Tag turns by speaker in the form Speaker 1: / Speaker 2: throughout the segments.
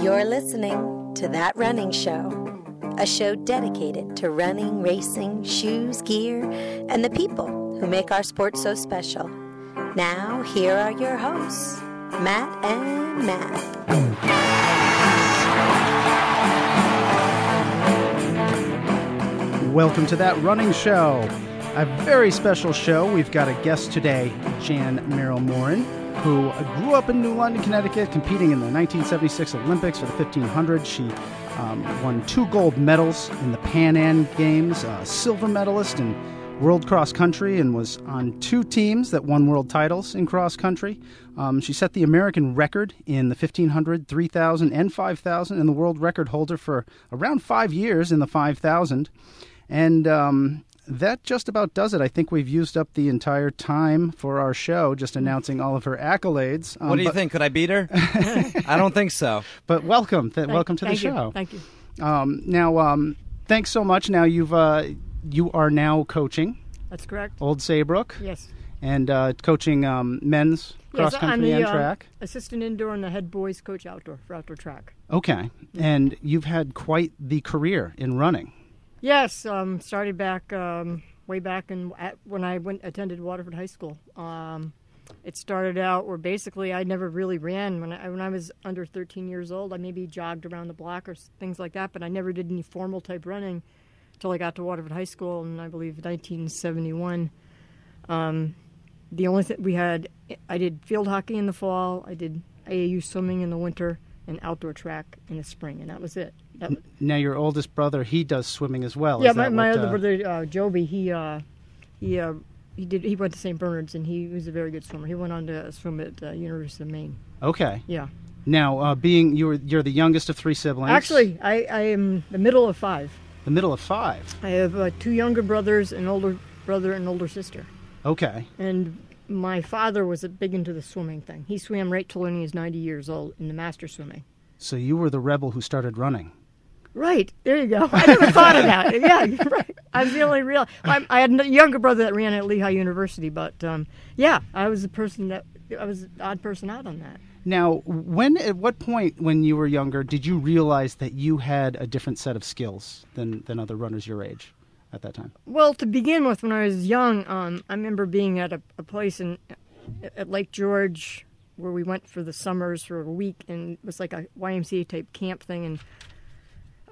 Speaker 1: You're listening to That Running Show, a show dedicated to running, racing, shoes, gear, and the people who make our sport so special. Now, here are your hosts, Matt and Matt.
Speaker 2: Welcome to that running show. A very special show. We've got a guest today, Jan Merrill Morin, who grew up in New London, Connecticut, competing in the 1976 Olympics for the 1500. She um, won two gold medals in the Pan Am Games, a silver medalist in world cross country, and was on two teams that won world titles in cross country. Um, she set the American record in the 1500, 3000, and 5000, and the world record holder for around five years in the 5000. And um, that just about does it. I think we've used up the entire time for our show, just announcing all of her accolades. Um,
Speaker 3: What do you
Speaker 2: but,
Speaker 3: think? Could I beat her? I don't think so.
Speaker 2: But welcome, th-
Speaker 4: Thank-
Speaker 2: welcome to the
Speaker 4: thank you.
Speaker 2: show.
Speaker 4: Thank you.
Speaker 2: Um, now, um, thanks so much. Now you've uh, you are now coaching
Speaker 4: That's correct.
Speaker 2: Old Saybrook
Speaker 4: Yes.
Speaker 2: and uh, coaching um, men's cross
Speaker 4: yes, I'm
Speaker 2: country
Speaker 4: the
Speaker 2: and
Speaker 4: uh,
Speaker 2: track.
Speaker 4: assistant indoor and the head boys coach outdoor for outdoor track.
Speaker 2: Okay,
Speaker 4: Mm-hmm.
Speaker 2: and you've had quite the career in running.
Speaker 4: Yes, um, started back um, way back in at, when I went attended Waterford High School. Um, it started out where basically I never really ran when I when I was under 13 years old. I maybe jogged around the block or s- things like that, but I never did any formal type running until I got to Waterford High School in I believe 1971. Um, the only thing we had, I did field hockey in the fall. I did AAU swimming in the winter and outdoor track in the spring, and that was it. That,
Speaker 2: Now your oldest brother, he does swimming as well.
Speaker 4: yeah,
Speaker 2: Is
Speaker 4: my,
Speaker 2: that
Speaker 4: my
Speaker 2: what,
Speaker 4: other
Speaker 2: uh,
Speaker 4: brother uh, Joby, he uh, he uh, he did he went to St. Bernard's and he was a very good swimmer. He went on to swim at uh, University of Maine.
Speaker 2: Okay,
Speaker 4: Yeah,
Speaker 2: now uh, being you're you're the youngest of three siblings.
Speaker 4: actually, I, I am the middle of five.
Speaker 2: the middle of five.
Speaker 4: I have uh, two younger brothers, an older brother, and older sister.
Speaker 2: Okay,
Speaker 4: And my father was big into the swimming thing. He swam right till when he was ninety years old in the master swimming.
Speaker 2: so you were the rebel who started running.
Speaker 4: Right. There you go. I never thought of that. Yeah, you're right. I'm the only real. I'm, I had a younger brother that ran at Lehigh University, but um, yeah, I was the person that I was the odd person out on that.
Speaker 2: Now, when at what point when you were younger did you realize that you had a different set of skills than than other runners your age at that time?
Speaker 4: Well, to begin with, when I was young, um, I remember being at a, a place in at Lake George where we went for the summers for a week, and it was like a YMCA type camp thing, and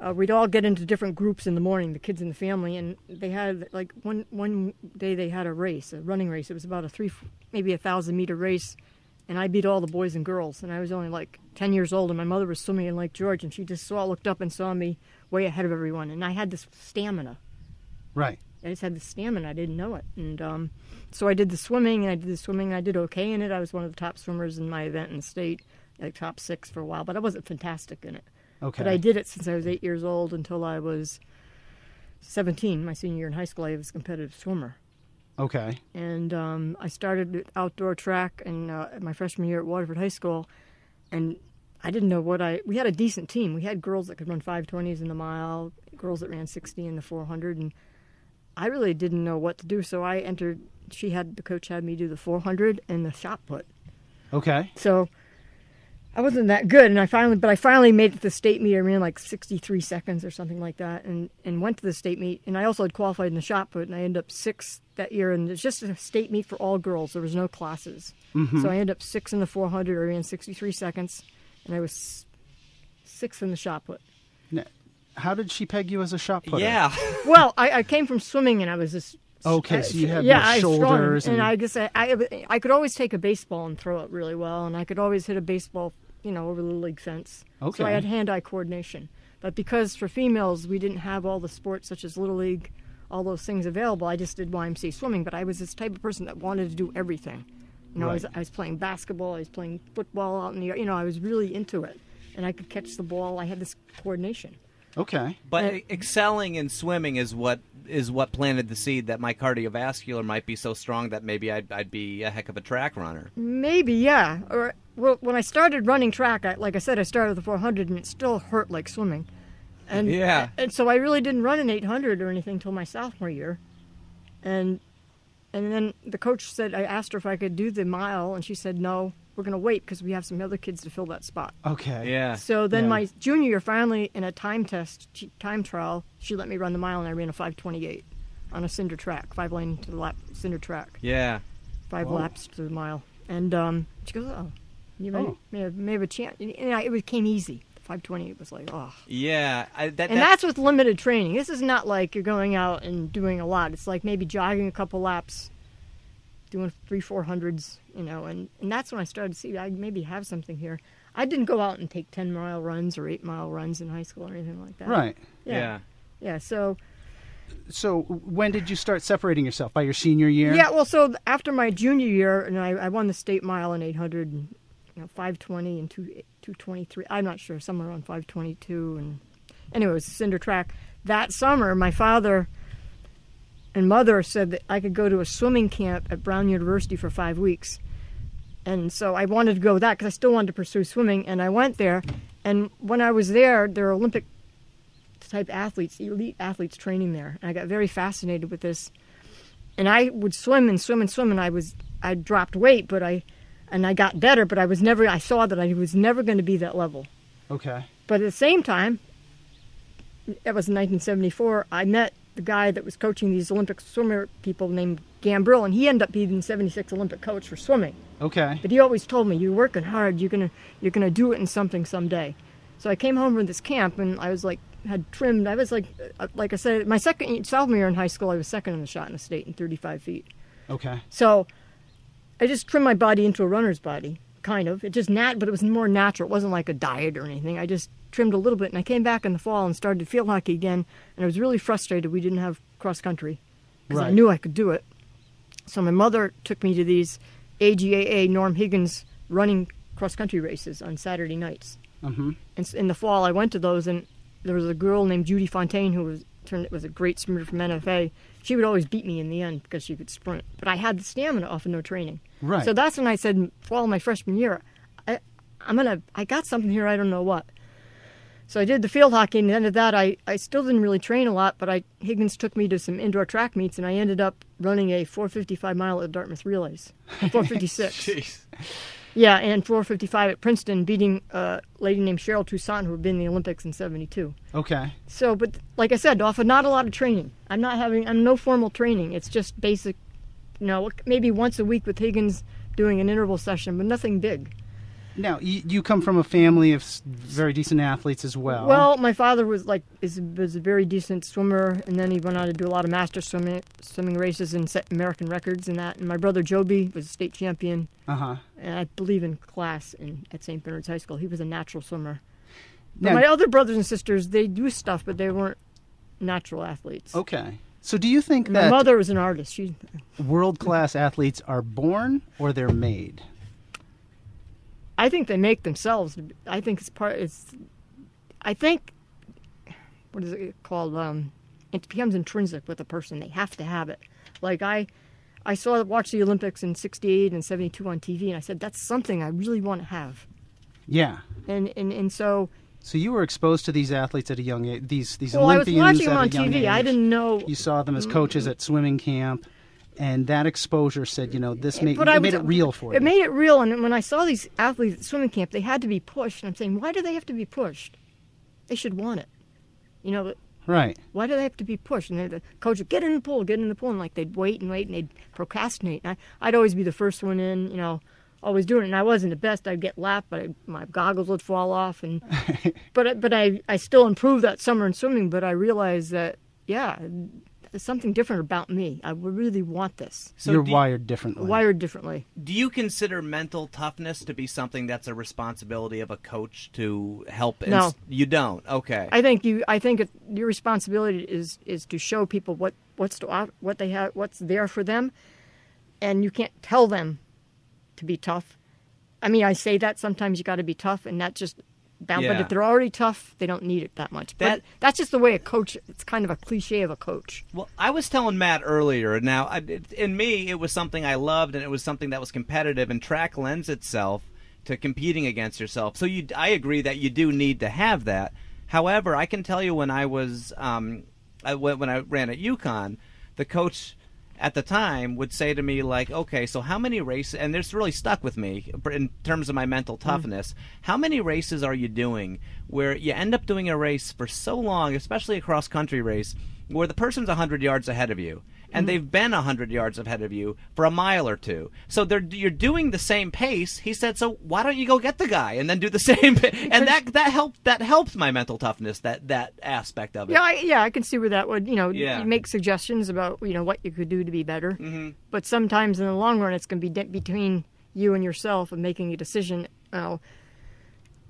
Speaker 4: uh, we'd all get into different groups in the morning, the kids and the family, and they had like one one day they had a race, a running race. It was about a three, maybe a thousand meter race, and I beat all the boys and girls, and I was only like ten years old, and my mother was swimming in Lake George, and she just saw looked up and saw me way ahead of everyone, and I had this stamina.
Speaker 2: Right.
Speaker 4: I just had the stamina. I didn't know it, and um, so I did the swimming, and I did the swimming, and I did okay in it. I was one of the top swimmers in my event in the state, like top six for a while, but I wasn't fantastic in it.
Speaker 2: Okay.
Speaker 4: But I did it since I was eight years old until I was seventeen, my senior year in high school. I was a competitive swimmer,
Speaker 2: Okay.
Speaker 4: and um, I started outdoor track in uh, my freshman year at Waterford High School, and I didn't know what I. We had a decent team. We had girls that could run 520s in the mile, girls that ran 60 in the 400, and I really didn't know what to do. So I entered. She had the coach had me do the 400 and the shot put.
Speaker 2: Okay.
Speaker 4: So I wasn't that good, and I finally, but I finally made it to the state meet. I ran like 63 seconds or something like that, and and went to the state meet. And I also had qualified in the shot put, and I ended up sixth that year. And it's just a state meet for all girls. There was no classes, so I ended up sixth in the 400. I ran 63 seconds, and I was s- sixth in the shot put.
Speaker 2: Now, how did she peg you as a shot putter?
Speaker 3: Yeah.
Speaker 4: Well, I, I came from swimming, and I was just
Speaker 2: Okay, so you had
Speaker 4: yeah,
Speaker 2: your
Speaker 4: I was strong,
Speaker 2: shoulders
Speaker 4: and,
Speaker 2: and-
Speaker 4: I guess I, I I could always take a baseball and throw it really well, and I could always hit a baseball, you know, over the league fence.
Speaker 2: Okay.
Speaker 4: so I had hand-eye coordination. But because for females we didn't have all the sports such as little league, all those things available, I just did YMCA swimming. But I was this type of person that wanted to do everything. You know, I, was,
Speaker 2: Right.
Speaker 4: I was playing basketball, I was playing football out in the, you know, I was really into it, and I could catch the ball. I had this coordination.
Speaker 2: Okay.
Speaker 4: Uh,
Speaker 3: But excelling in swimming is what is what planted the seed that my cardiovascular might be so strong that maybe I'd, I'd be a heck of a track runner.
Speaker 4: Maybe, yeah. Or well, when I started running track, I, like I said, I started with the 400, and it still hurt like swimming. And
Speaker 3: Yeah.
Speaker 4: and so I really didn't run an 800 or anything till my sophomore year, and and then the coach said I asked her if I could do the mile, and she said no. we're going to wait because we have some other kids to fill that spot.
Speaker 2: Okay.
Speaker 3: Uh, Yeah.
Speaker 4: So then
Speaker 2: Yeah.
Speaker 4: my junior year, finally in a time test, she- time trial, she let me run the mile, and I ran a 5:28 on a cinder track, five lane to the lap cinder track,
Speaker 3: Yeah.
Speaker 4: five
Speaker 2: Whoa.
Speaker 4: laps to the mile. And um, she goes, "Oh, you may,
Speaker 2: Oh.
Speaker 4: may, have, may have a chance." And I, it became easy. 5:28 was like, oh.
Speaker 3: Yeah. I, that,
Speaker 4: And that's with limited training. This is not like you're going out and doing a lot. It's like maybe jogging a couple laps, doing three, four hundreds, you know. And, and that's when I started to see I maybe have something here. I didn't go out and take 10 mile runs or eight mile runs in high school or anything like that.
Speaker 2: Right.
Speaker 4: Yeah. Yeah. so,
Speaker 2: So when did you start separating yourself? By your senior year?
Speaker 4: yeah, well, so th- after my junior year, and I, I won the state mile in 800, and, you know, 520 and 2, 223. I'm not sure, somewhere around 522. And anyway, it was cinder track. That summer, my father and mother said that I could go to a swimming camp at Brown University for five weeks. And so I wanted to go with that because I still wanted to pursue swimming. And I went there. And when I was there, there were Olympic type athletes, elite athletes training there. And I got very fascinated with this and I would swim and swim and swim, and I was I dropped weight, but I and I got better, but I was never I saw that I was never going to be that level.
Speaker 2: Okay.
Speaker 4: But at the same time, that was in 1974. I met the guy that was coaching these Olympic swimmer people named Gambril, and he ended up being the 76 Olympic coach for swimming.
Speaker 2: Okay.
Speaker 4: But he always told me, "You're working hard. You're gonna you're gonna do it in something someday." So I came home from this camp, and I was like had trimmed. I was like uh, like I said, my second sophomore year in high school, I was second in the shot in the state in 35 feet.
Speaker 2: Okay.
Speaker 4: So I just trimmed my body into a runner's body, kind of. It just nat, but it was more natural. It wasn't like a diet or anything. I just trimmed a little bit, and I came back in the fall and started field hockey again. And I was really frustrated we didn't have cross country because I
Speaker 2: Right.
Speaker 4: knew I could do it. So my mother took me to these AGAA Norm Higgins running cross country races on Saturday nights.
Speaker 2: Mhm.
Speaker 4: And s- in the fall, I went to those, and there was a girl named Judy Fontaine who was turned was a great swimmer from NFA. She would always beat me in the end because she could sprint, but I had the stamina off of no training.
Speaker 2: Right.
Speaker 4: So that's when I said, fall of my freshman year, I, I'm gonna, I got something here. I don't know what. So I did the field hockey, and then at that, I, I still didn't really train a lot, but I Higgins took me to some indoor track meets, and I ended up running a 455 mile at Dartmouth Relays, 456.
Speaker 3: Jeez.
Speaker 4: Yeah, and 455 at Princeton, beating a lady named Cheryl Toussaint, who had been in the Olympics in 72.
Speaker 2: Okay.
Speaker 4: So, but like I said, off of not a lot of training. I'm not having, I'm no formal training. It's just basic, you know, maybe once a week with Higgins doing an interval session, but nothing big.
Speaker 2: Now you, you come from a family of s- very decent athletes as well.
Speaker 4: Well, my father was like is was a very decent swimmer, and then he went on to do a lot of master swimming swimming races and set American records and that. And my brother Joby was a state champion,
Speaker 2: Uh huh.
Speaker 4: and I believe in class in at St. Bernard's High School. He was a natural swimmer. But
Speaker 2: Now-
Speaker 4: my other brothers and sisters, they do stuff, but they weren't natural athletes.
Speaker 2: Okay. So do you think
Speaker 4: My
Speaker 2: that
Speaker 4: mother was an artist. She,
Speaker 2: world class athletes are born or they're made?
Speaker 4: I think they make themselves. I think it's part. It's, I think, what is it called? Um, it becomes intrinsic with a person. They have to have it. Like I, I saw watched the Olympics in '68 and '72 on TV, and I said that's something I really want to have.
Speaker 2: Yeah.
Speaker 4: And and and so
Speaker 2: So you were exposed to these athletes at a young age. These these
Speaker 4: well, I was
Speaker 2: Olympians
Speaker 4: watching them
Speaker 2: at
Speaker 4: on
Speaker 2: a young
Speaker 4: TV. I
Speaker 2: age.
Speaker 4: didn't know.
Speaker 2: You saw them as coaches
Speaker 4: Mm-hmm.
Speaker 2: at swimming camp, and that exposure said, you know, this made,
Speaker 4: But
Speaker 2: it
Speaker 4: I
Speaker 2: made
Speaker 4: was-
Speaker 2: it real for
Speaker 4: It
Speaker 2: you.
Speaker 4: made it real, and when I saw these athletes at swimming camp, they had to be pushed. And I'm saying, why do they have to be pushed? They should want it. You know,
Speaker 2: right.
Speaker 4: why do they have to be pushed? And they- the coach would get in the pool, get in the pool, and like they'd wait and wait and they'd procrastinate. And I, I'd always be the first one in, you know, always doing it. And I wasn't the best. I'd get lapped, but I, my goggles would fall off. And but I- but I I still improved that summer in swimming. But I realized that yeah, there's something different about me. I would really want this.
Speaker 3: So
Speaker 2: You're
Speaker 3: do you-
Speaker 2: wired differently.
Speaker 4: Wired differently.
Speaker 3: Do you consider mental toughness to be something that's a responsibility of a coach to help?
Speaker 4: No.
Speaker 3: ins- you don't. Okay.
Speaker 4: I think you. I think it, your responsibility is is to show people what what's to, op- what they have, what's there for them, and you can't tell them to be tough. I mean, I say that sometimes you got to be tough, and that just. Bound, But
Speaker 3: Yeah.
Speaker 4: if they're already tough, they don't need it that much.
Speaker 3: That-
Speaker 4: but that's just the way a coach. It's kind of a cliche of a coach.
Speaker 3: Well, I was telling Matt earlier. Now, I, it, in me, it was something I loved, and it was something that was competitive. And track lends itself to competing against yourself. So, you, I agree that you do need to have that. However, I can tell you when I was um, I, when when I ran at UConn, the coach at the time would say to me like, okay, so how many races? And this really stuck with me in terms of my mental toughness. How many races are you doing where you end up doing a race for so long, especially a cross country race, where the person's 100 yards ahead of you? And they've been 100 yards ahead of you for a mile or two. So they're, you're doing the same pace. He said, so why don't you go get the guy and then do the same? pa-" And that, that helped, that helped my mental toughness, that, that aspect of it.
Speaker 4: Yeah, I, yeah, I can see where that would, you know,
Speaker 3: Yeah.
Speaker 4: you make suggestions about, you know, what you could do to be better. Mm-hmm. But sometimes in the long run, it's going to be de- between you and yourself and making a decision. Uh,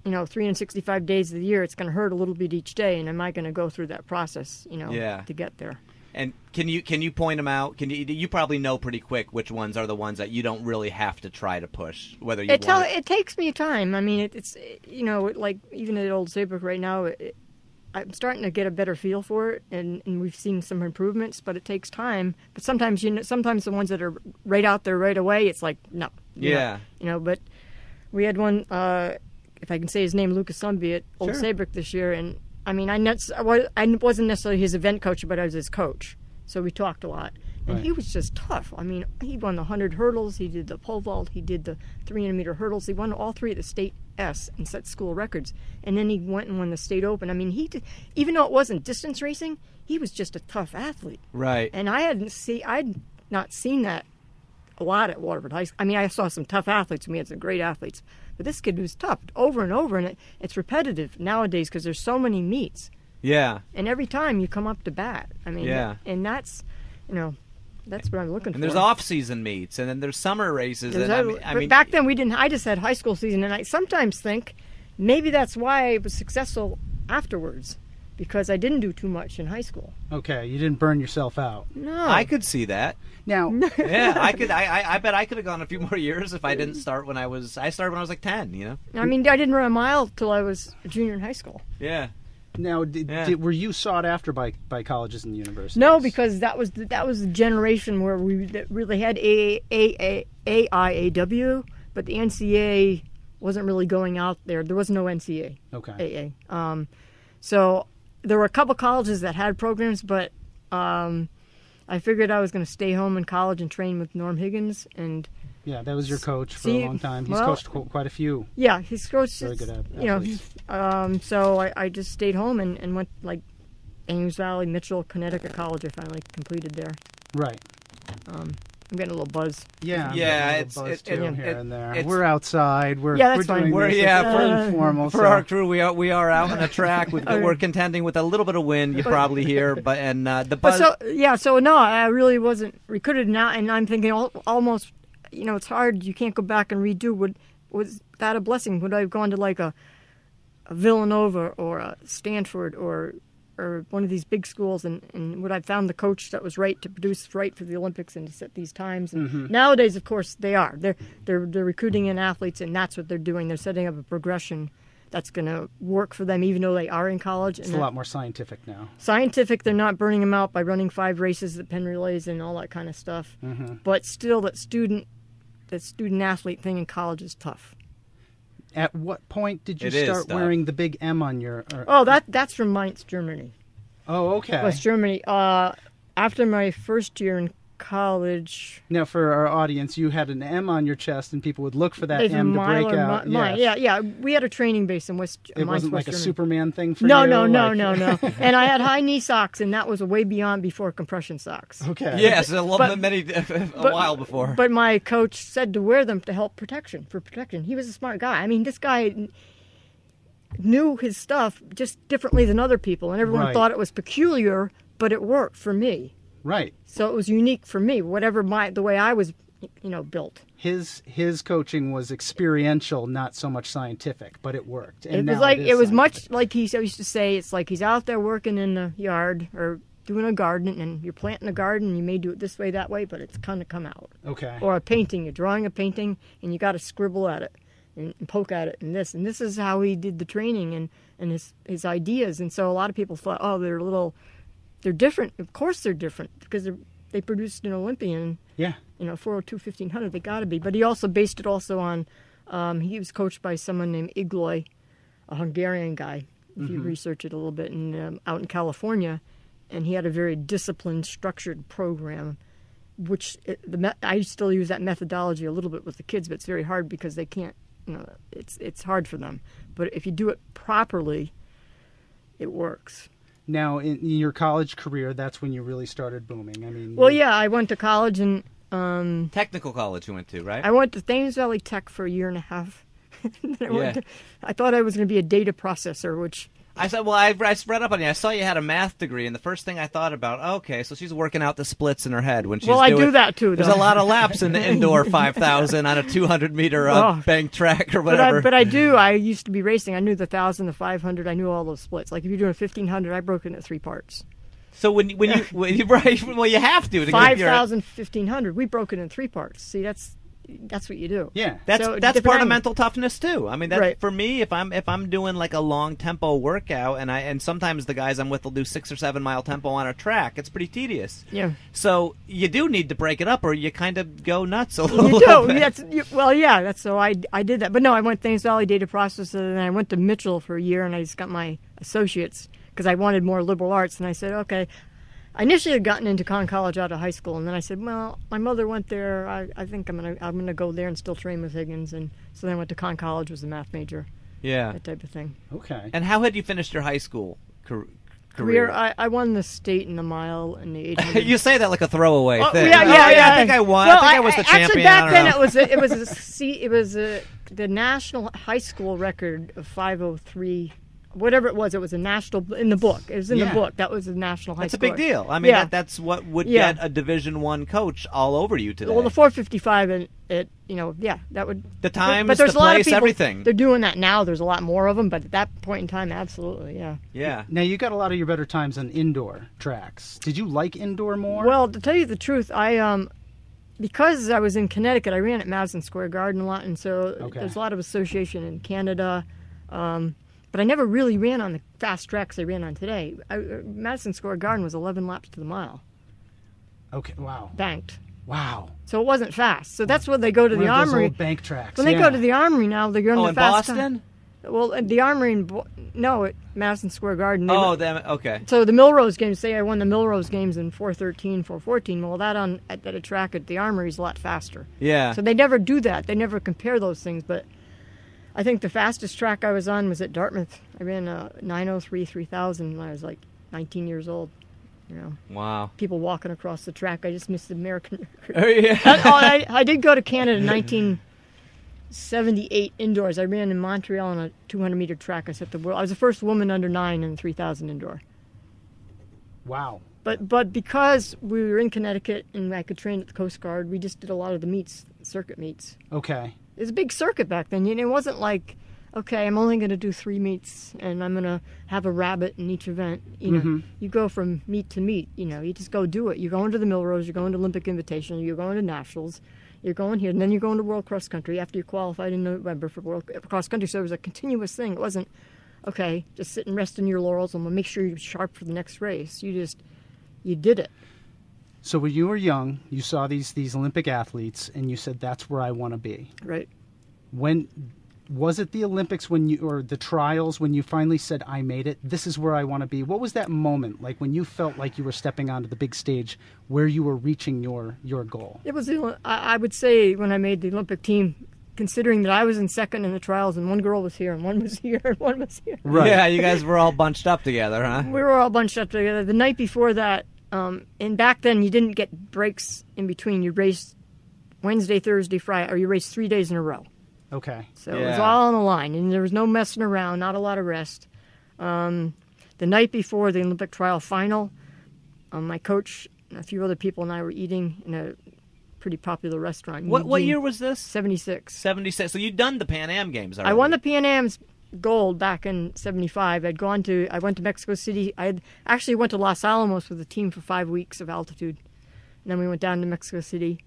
Speaker 4: you know, 365 days of the year, it's going to hurt a little bit each day. And am I going to go through that process, you know,
Speaker 3: Yeah.
Speaker 4: to get there?
Speaker 3: And can you can you point them out? Can you you probably know pretty quick which ones are the ones that you don't really have to try to push whether you
Speaker 4: It, tell,
Speaker 3: want
Speaker 4: it takes me time. I mean, it, it's, it- you know, it- like even at Old Saybrook right now, it, I'm starting to get a better feel for it, and, and we've seen some improvements, but it takes time. But sometimes, you know, sometimes the ones that are right out there right away, it's like, no. you're not.
Speaker 3: Yeah.
Speaker 4: You know, but we had one, uh, if I can say his name, Lucas Sumby at Old
Speaker 3: Sure.
Speaker 4: Saybrook this year, and I mean, I, nuts, I wa- I wasn't necessarily his event coach, but I was his coach, so we talked a lot. And he was just tough. I mean, he won the 100 hurdles, he did the pole vault, he did the 300 meter hurdles, he won all three of the state S and set school records. And then he went and won the state open. I mean, he did, even though it wasn't distance racing, he was just a tough athlete.
Speaker 3: right.
Speaker 4: And I hadn't see I'd not seen that a lot at Waterford High School. I mean, I saw some tough athletes. and We had some great athletes, but this kid was tough over and over, and it, it's repetitive nowadays because there's so many meets,
Speaker 3: yeah.
Speaker 4: and every time you come up to bat. I mean,
Speaker 3: Yeah.
Speaker 4: and that's you know, that's what I'm looking
Speaker 3: And
Speaker 4: for.
Speaker 3: there's off season meets and then there's summer races
Speaker 4: There's
Speaker 3: and I
Speaker 4: other-
Speaker 3: mean, I
Speaker 4: but
Speaker 3: mean
Speaker 4: back then we didn't. I just had high school season, and I sometimes think maybe that's why I was successful afterwards because I didn't do too much in high school.
Speaker 2: Okay, you didn't burn yourself out.
Speaker 4: No,
Speaker 3: I could see that.
Speaker 2: Now,
Speaker 3: Yeah, I could. I, I, I bet I could have gone a few more years if I didn't start when I was. I started when I was like ten. You know.
Speaker 4: I mean, I didn't run a mile till I was a junior in high school.
Speaker 3: Yeah.
Speaker 2: now, did,
Speaker 3: Yeah.
Speaker 2: did, were you sought after by by colleges and universities?
Speaker 4: No, because that was the, that was the generation where we that really had A A A AIAW, but the NCA wasn't really going out there. There was no NCA
Speaker 2: okay,
Speaker 4: AA. Um, so there were a couple colleges that had programs, but um, I figured I was going to stay home in college and train with Norm Higgins, and
Speaker 2: yeah, that was your coach for
Speaker 4: See,
Speaker 2: a long time. He's
Speaker 4: well-
Speaker 2: coached qu- quite a few.
Speaker 4: yeah, his coach.
Speaker 2: Very good at-
Speaker 4: you know,
Speaker 2: athletes.
Speaker 4: um, so I, I just stayed home and, and went like Ames Valley Mitchell Connecticut College. I finally completed there.
Speaker 2: Right.
Speaker 4: I'm getting a little buzz.
Speaker 2: Yeah. I'm
Speaker 3: Yeah,
Speaker 2: getting a little
Speaker 3: it's-
Speaker 2: buzz
Speaker 3: it- it-
Speaker 2: too
Speaker 3: it-
Speaker 2: here and there.
Speaker 3: it's-
Speaker 2: we're outside. We're
Speaker 4: Yeah, that's
Speaker 2: we're
Speaker 4: fine.
Speaker 2: doing
Speaker 3: We're-
Speaker 2: this.
Speaker 3: yeah,
Speaker 2: It's
Speaker 3: for-
Speaker 2: informal.
Speaker 3: For
Speaker 2: so-
Speaker 3: our crew, we are we are out on a track. With, We're contending with a little bit of wind. You probably hear, but and uh, the buzz.
Speaker 4: But so yeah, so no, I really wasn't recruited now, and I'm thinking al- almost, you know, it's hard. You can't go back and redo. Would was that a blessing? Would I have gone to like a, a Villanova or a Stanford or or one of these big schools, and, and would I have found the coach that was right to produce right for the Olympics and to set these times? And
Speaker 2: Mm-hmm.
Speaker 4: nowadays, of course, they are. They're they're they're recruiting in athletes, and that's what they're doing. They're setting up a progression that's going to work for them, even though they are in college.
Speaker 2: it's a lot more scientific now.
Speaker 4: scientific they're not burning them out by running five races at pen relays and all that kind of stuff
Speaker 2: Mm-hmm.
Speaker 4: but still that student that student athlete thing in college is tough
Speaker 2: At what point did you
Speaker 3: It is
Speaker 2: start
Speaker 3: tough.
Speaker 2: wearing the big M on your? Or,
Speaker 4: oh that that's from mainz germany
Speaker 2: oh, okay.
Speaker 4: west germany uh, after my first year in college
Speaker 2: Now, for our audience, you had an M on your chest, and people would look for that
Speaker 4: If
Speaker 2: M to
Speaker 4: Mile
Speaker 2: break
Speaker 4: or
Speaker 2: out.
Speaker 4: Mi- Mile,
Speaker 2: Yes.
Speaker 4: yeah yeah we had a training base in west
Speaker 2: It
Speaker 4: Mainz,
Speaker 2: wasn't like
Speaker 4: west
Speaker 2: a
Speaker 4: germany.
Speaker 2: Superman thing for
Speaker 4: no
Speaker 2: you.
Speaker 4: no no
Speaker 2: like-
Speaker 4: no no and i had high knee socks and that was way beyond before compression socks
Speaker 2: Okay.
Speaker 3: yes, a little many a while before.
Speaker 4: But my coach said to wear them to help protection for protection. He was a smart guy. I mean, this guy kn- knew his stuff just differently than other people, and everyone
Speaker 2: Right.
Speaker 4: thought it was peculiar, but it worked for me.
Speaker 2: Right.
Speaker 4: So it was unique for me, whatever my the way I was, you know, built.
Speaker 2: His his coaching was experiential, not so much scientific, but it worked. And
Speaker 4: it was
Speaker 2: now
Speaker 4: like
Speaker 2: is
Speaker 4: it, was
Speaker 2: scientific.
Speaker 4: much like he used to say. It's like he's out there working in the yard or doing a garden, and you're planting a garden. You may do it this way, that way, but it's kind of come out.
Speaker 2: Okay.
Speaker 4: or a painting. You're drawing a painting, and you got to scribble at it and, and poke at it, and this and this is how he did the training and and his his ideas. And so a lot of people thought, oh, they're a little, they're different. Of course they're different because they're, they produced an Olympian,
Speaker 2: yeah.
Speaker 4: you know, 402, 1500. They got to be. But he also based it also on, um, he was coached by someone named Igloy, a Hungarian guy. If you research it a little bit, and um, out in California, and he had a very disciplined, structured program which it, the me- I still use that methodology a little bit with the kids, but it's very hard because they can't. You know, it's it's hard for them. But if you do it properly, it works.
Speaker 2: Now, in, in your college career, that's when you really started booming. I mean,
Speaker 4: Well,
Speaker 2: you-
Speaker 4: yeah, I went to college and um,
Speaker 3: Technical college you went to, right?
Speaker 4: I went to Thames Valley Tech for a year and a half. And then I, went
Speaker 3: Yeah.
Speaker 4: to- I thought I was going to be a data processor, which
Speaker 3: I said, well, I, I read up on you. I saw you had a math degree, and the first thing I thought about, okay, so she's working out the splits in her head when she's
Speaker 4: Well, I
Speaker 3: doing.
Speaker 4: do that, too,
Speaker 3: There's a
Speaker 4: though.
Speaker 3: lot of laps in the indoor 5,000 on a 200 meter uh,
Speaker 4: Oh.
Speaker 3: bank track or
Speaker 4: But I,
Speaker 3: whatever.
Speaker 4: but I do. I used to be racing. I knew the thousand, the five hundred. I knew all those splits. Like if you're doing fifteen hundred, I broke it into three parts.
Speaker 3: so when when you, when you right, well, you have to. to get
Speaker 4: Five
Speaker 3: your-
Speaker 4: thousand, fifteen hundred. We broke it in three parts. See, that's that's what you do.
Speaker 2: yeah.
Speaker 3: That's
Speaker 4: So,
Speaker 3: that's part of
Speaker 4: depending-
Speaker 3: mental toughness too. I mean, that
Speaker 4: Right.
Speaker 3: for me, if I'm if I'm doing like a long tempo workout, and I and sometimes the guys I'm with will do six or seven mile tempo on a track, it's pretty tedious.
Speaker 4: Yeah.
Speaker 3: So you do need to break it up, or you kind of go nuts a little.
Speaker 4: You do.
Speaker 3: bit.
Speaker 4: That's you, well, yeah. That's so I I did that. But no, I went Thames Valley Data Processor, and then I went to Mitchell for a year, and I just got my associates because I wanted more liberal arts, and I said okay. I initially had gotten into Con College out of high school, and then I said, "Well, my mother went there. I, I think I'm gonna I'm gonna go there and still train with Higgins." And so then I went to Con College, was a math major,
Speaker 3: yeah.
Speaker 4: that type of thing.
Speaker 2: Okay.
Speaker 3: And how had you finished your high school car-
Speaker 4: Career,
Speaker 3: career?
Speaker 4: I, I won the state in the mile and the 800.
Speaker 3: you say that like a throwaway
Speaker 4: Oh,
Speaker 3: thing.
Speaker 4: yeah,
Speaker 3: Oh,
Speaker 4: yeah, yeah.
Speaker 3: I think I won. I
Speaker 4: Well,
Speaker 3: think I was the champion.
Speaker 4: Actually,
Speaker 3: I
Speaker 4: back
Speaker 3: don't
Speaker 4: then
Speaker 3: know.
Speaker 4: it was a, it was a C, it was a, the national high school record of 503, whatever it was. It was a national in the book. It was in
Speaker 2: Yeah.
Speaker 4: the book. That was the national high
Speaker 3: That's a
Speaker 4: school.
Speaker 3: big deal. I mean,
Speaker 4: Yeah.
Speaker 3: that, that's what would
Speaker 4: Yeah.
Speaker 3: get a Division One coach all over you today.
Speaker 4: well, the 455 and it, you know, yeah, that would
Speaker 3: The
Speaker 4: but-
Speaker 3: times,
Speaker 4: But, there's
Speaker 3: the
Speaker 4: a lot
Speaker 3: place,
Speaker 4: of people,
Speaker 3: everything.
Speaker 4: They're doing that now. There's a lot more of them, but at that point in time, absolutely, yeah.
Speaker 3: yeah.
Speaker 2: Now you got a lot of your better times on indoor tracks. Did you like indoor more?
Speaker 4: Well, to tell you the truth, I um, because I was in Connecticut, I ran at Madison Square Garden a lot, and so
Speaker 2: Okay.
Speaker 4: there's a lot of association in Canada. Um, but I never really ran on the fast tracks I ran on today. I, uh, Madison Square Garden was 11 laps to the mile,
Speaker 2: okay. Wow.
Speaker 4: banked,
Speaker 2: Wow.
Speaker 4: so it wasn't fast. So that's when they go to
Speaker 2: One
Speaker 4: the
Speaker 2: of those
Speaker 4: armory.
Speaker 2: old bank tracks.
Speaker 4: When they
Speaker 2: yeah.
Speaker 4: go to the armory now, they're going
Speaker 3: Oh,
Speaker 4: to
Speaker 3: in
Speaker 4: fast time.
Speaker 3: Boston.
Speaker 4: Well, at the armory in Bo- no, at Madison Square Garden. they
Speaker 3: Oh,
Speaker 4: were-
Speaker 3: them. Okay.
Speaker 4: So the Milrose games, say I won the Milrose games in 413, 414. Well, that on at, at a track at the Armory is a lot faster.
Speaker 3: Yeah.
Speaker 4: So they never do that. They never compare those things. But I think the fastest track I was on was at Dartmouth. I ran a 903 3000 when I was like 19 years old. You know,
Speaker 3: wow.
Speaker 4: people walking across the track. I just missed the American record.
Speaker 3: Oh, yeah.
Speaker 4: And- oh, I, I did go to Canada in 1978 indoors. I ran in Montreal on a 200 meter track. I set the world. I was the first woman under nine in 3000 indoor.
Speaker 2: wow.
Speaker 4: But but because we were in Connecticut and I could train at the Coast Guard, we just did a lot of the meets, circuit meets.
Speaker 2: Okay.
Speaker 4: It was a big circuit back then. You know, it wasn't like, okay, I'm only going to do three meets and I'm going to have a rabbit in each event. You know, you go from meet to meet. You know, you just go do it. You're going to the Milrose. You're going to Olympic Invitational. You're going to nationals. You're going here, and then you're going to World Cross Country after you qualified in November for World Cross Country. So it was a continuous thing. It wasn't, okay, just sit and rest in your laurels and we'll make sure you're sharp for the next race. You just, you did it.
Speaker 2: So when you were young, you saw these these Olympic athletes, and you said, "That's where I want to be."
Speaker 4: Right.
Speaker 2: When was it the Olympics when you or the trials when you finally said, "I made it. This is where I want to be." What was that moment like when you felt like you were stepping onto the big stage, where you were reaching your your goal?
Speaker 4: It was, the Oli- I I would say, when I made the Olympic team, considering that I was in second in the trials and one girl was here and one was here and one was here.
Speaker 3: Yeah, you guys were all bunched up together, huh?
Speaker 4: We were all bunched up together. The night before that, um, and back then you didn't get breaks in between. You raced Wednesday, Thursday, Friday, or you raced three days in a row.
Speaker 2: Okay.
Speaker 4: So it was
Speaker 3: Yeah.
Speaker 4: all on the line, and there was no messing around, not a lot of rest. Um, the night before the Olympic trial final, um, my coach and a few other people and I were eating in a pretty popular restaurant. in
Speaker 3: What what
Speaker 4: Eugene.
Speaker 3: year was this?
Speaker 4: 76.
Speaker 3: Seventy six. So you'd done the Pan Am games already.
Speaker 4: I won the Pan Am's gold back in 75. I'd gone to I went to Mexico City. I had actually went to Los Alamos with the team for 5 weeks of altitude. And then we went down to Mexico City.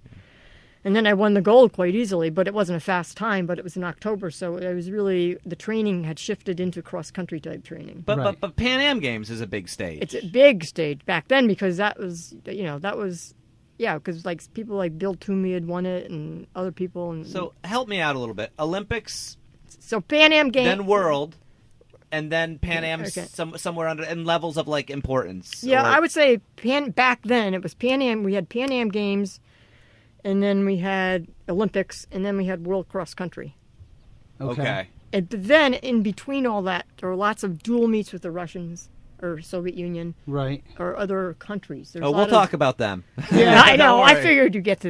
Speaker 4: And then I won the gold quite easily, but it wasn't a fast time, but it was in October, so it was really the training had shifted into cross country type training.
Speaker 3: But
Speaker 2: Right.
Speaker 3: but but Pan Am games is a big stage.
Speaker 4: it's a big stage back then because that was you know, that was yeah, because like people like Bill Toomey had won it, and other people, and
Speaker 3: so help me out a little bit. Olympics,
Speaker 4: so Pan Am game.
Speaker 3: then World, and then Pan Am
Speaker 4: Okay.
Speaker 3: some, somewhere under and levels of like importance.
Speaker 4: Yeah,
Speaker 3: or-
Speaker 4: I would say Pan back then it was Pan Am. We had Pan Am games, and then we had Olympics, and then we had World Cross Country.
Speaker 3: Okay.
Speaker 4: And but then in between all that, there were lots of dual meets with the Russians or Soviet Union
Speaker 2: Right.
Speaker 4: or other countries. There's
Speaker 3: Oh,
Speaker 4: a
Speaker 3: we'll
Speaker 4: lot
Speaker 3: talk
Speaker 4: Of,
Speaker 3: about them.
Speaker 4: yeah, I know.
Speaker 3: Don't
Speaker 4: I
Speaker 3: worry.
Speaker 4: figured you'd get to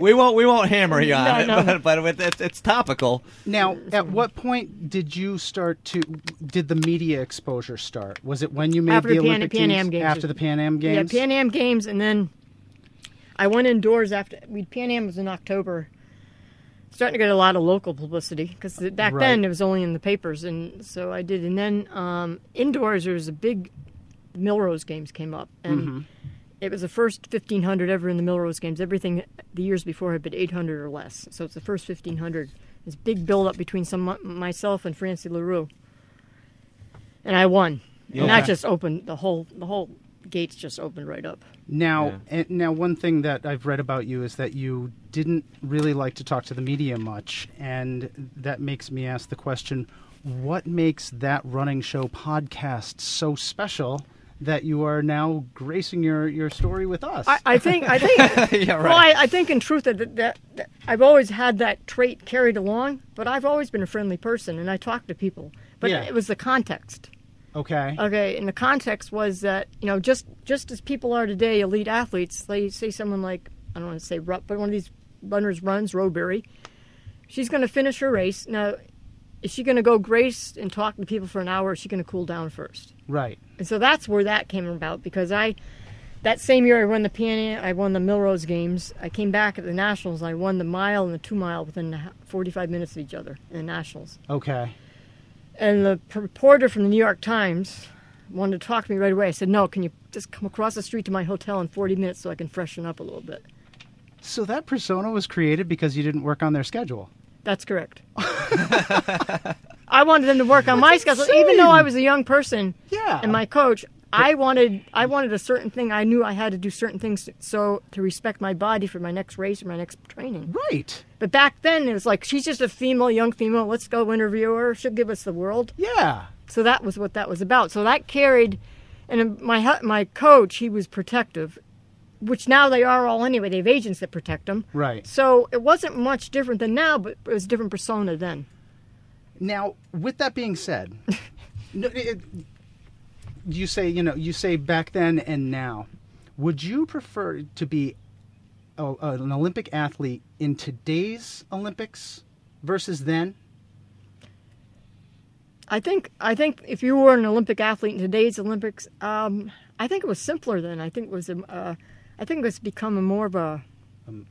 Speaker 3: We won't. We won't hammer you on
Speaker 4: No,
Speaker 3: it,
Speaker 4: no.
Speaker 3: but, but it, it's it's topical.
Speaker 2: Now, at what point did you start to? Did the media exposure start? Was it when you made
Speaker 4: After
Speaker 2: the
Speaker 4: Pan-
Speaker 2: Olympic
Speaker 4: Pan
Speaker 2: teams?
Speaker 4: Am games.
Speaker 2: After the Pan Am
Speaker 4: yeah,
Speaker 2: games.
Speaker 4: Pan Am games, and then I went indoors after we Pan Am was in October. Starting to get a lot of local publicity because back
Speaker 2: Right.
Speaker 4: then it was only in the papers, and so I did. And then um, indoors, there was a big Milrose games came up, and
Speaker 2: Mm-hmm.
Speaker 4: it was the first 1500 ever in the Milrose games. Everything the years before had been 800 or less, so it's the first 1500. This big build up between some myself and Francie Larue, and I won. And that
Speaker 2: Okay.
Speaker 4: just opened the whole the whole gates just opened right up.
Speaker 2: Now, and now, one thing that I've read about you is that you didn't really like to talk to the media much, and that makes me ask the question: What makes that running show podcast so special that you are now gracing your your story with us?
Speaker 4: I, I think I think
Speaker 3: yeah,
Speaker 4: Well, I, I think in truth that, that, that, that I've always had that trait carried along, but I've always been a friendly person and I talk to people. But
Speaker 2: Yeah.
Speaker 4: it was the context.
Speaker 2: okay.
Speaker 4: Okay, and the context was that you know just just as people are today, elite athletes. They say someone like I don't want to say Ru- but one of these runners runs Rowberry. She's going to finish her race. Now, is she going to go grace and talk to people for an hour? Or is she going to cool down first?
Speaker 2: right.
Speaker 4: And so that's where that came about because I, that same year I won the Pan Am, I won the Milrose Games. I came back at the Nationals. I won the mile and the two mile within a h- 45 minutes of each other in the Nationals.
Speaker 2: Okay.
Speaker 4: And the p- reporter from the New York Times wanted to talk to me right away. I said, No, can you just come across the street to my hotel in 40 minutes so I can freshen up a little bit?
Speaker 2: So that persona was created because you didn't work on their schedule.
Speaker 4: That's correct. I wanted them to work on my schedule, even though I was a young person.
Speaker 2: Yeah.
Speaker 4: And my coach, I wanted, I wanted a certain thing. I knew I had to do certain things so to respect my body for my next race or my next training.
Speaker 2: Right.
Speaker 4: But back then, it was like she's just a female, young female. Let's go interview her. She'll give us the world.
Speaker 2: Yeah.
Speaker 4: So that was what that was about. So that carried, and my hu- my coach, he was protective, which now they are all anyway. They have agents that protect them.
Speaker 2: Right.
Speaker 4: So it wasn't much different than now, but it was a different persona then.
Speaker 2: Now, with that being said, no, it- you say you know you say back then and now. Would you prefer to be a, an Olympic athlete in today's Olympics versus then?
Speaker 4: I think I think if you were an Olympic athlete in today's Olympics, um, I think it was simpler then. I think it was um, uh, I think it's become a more of a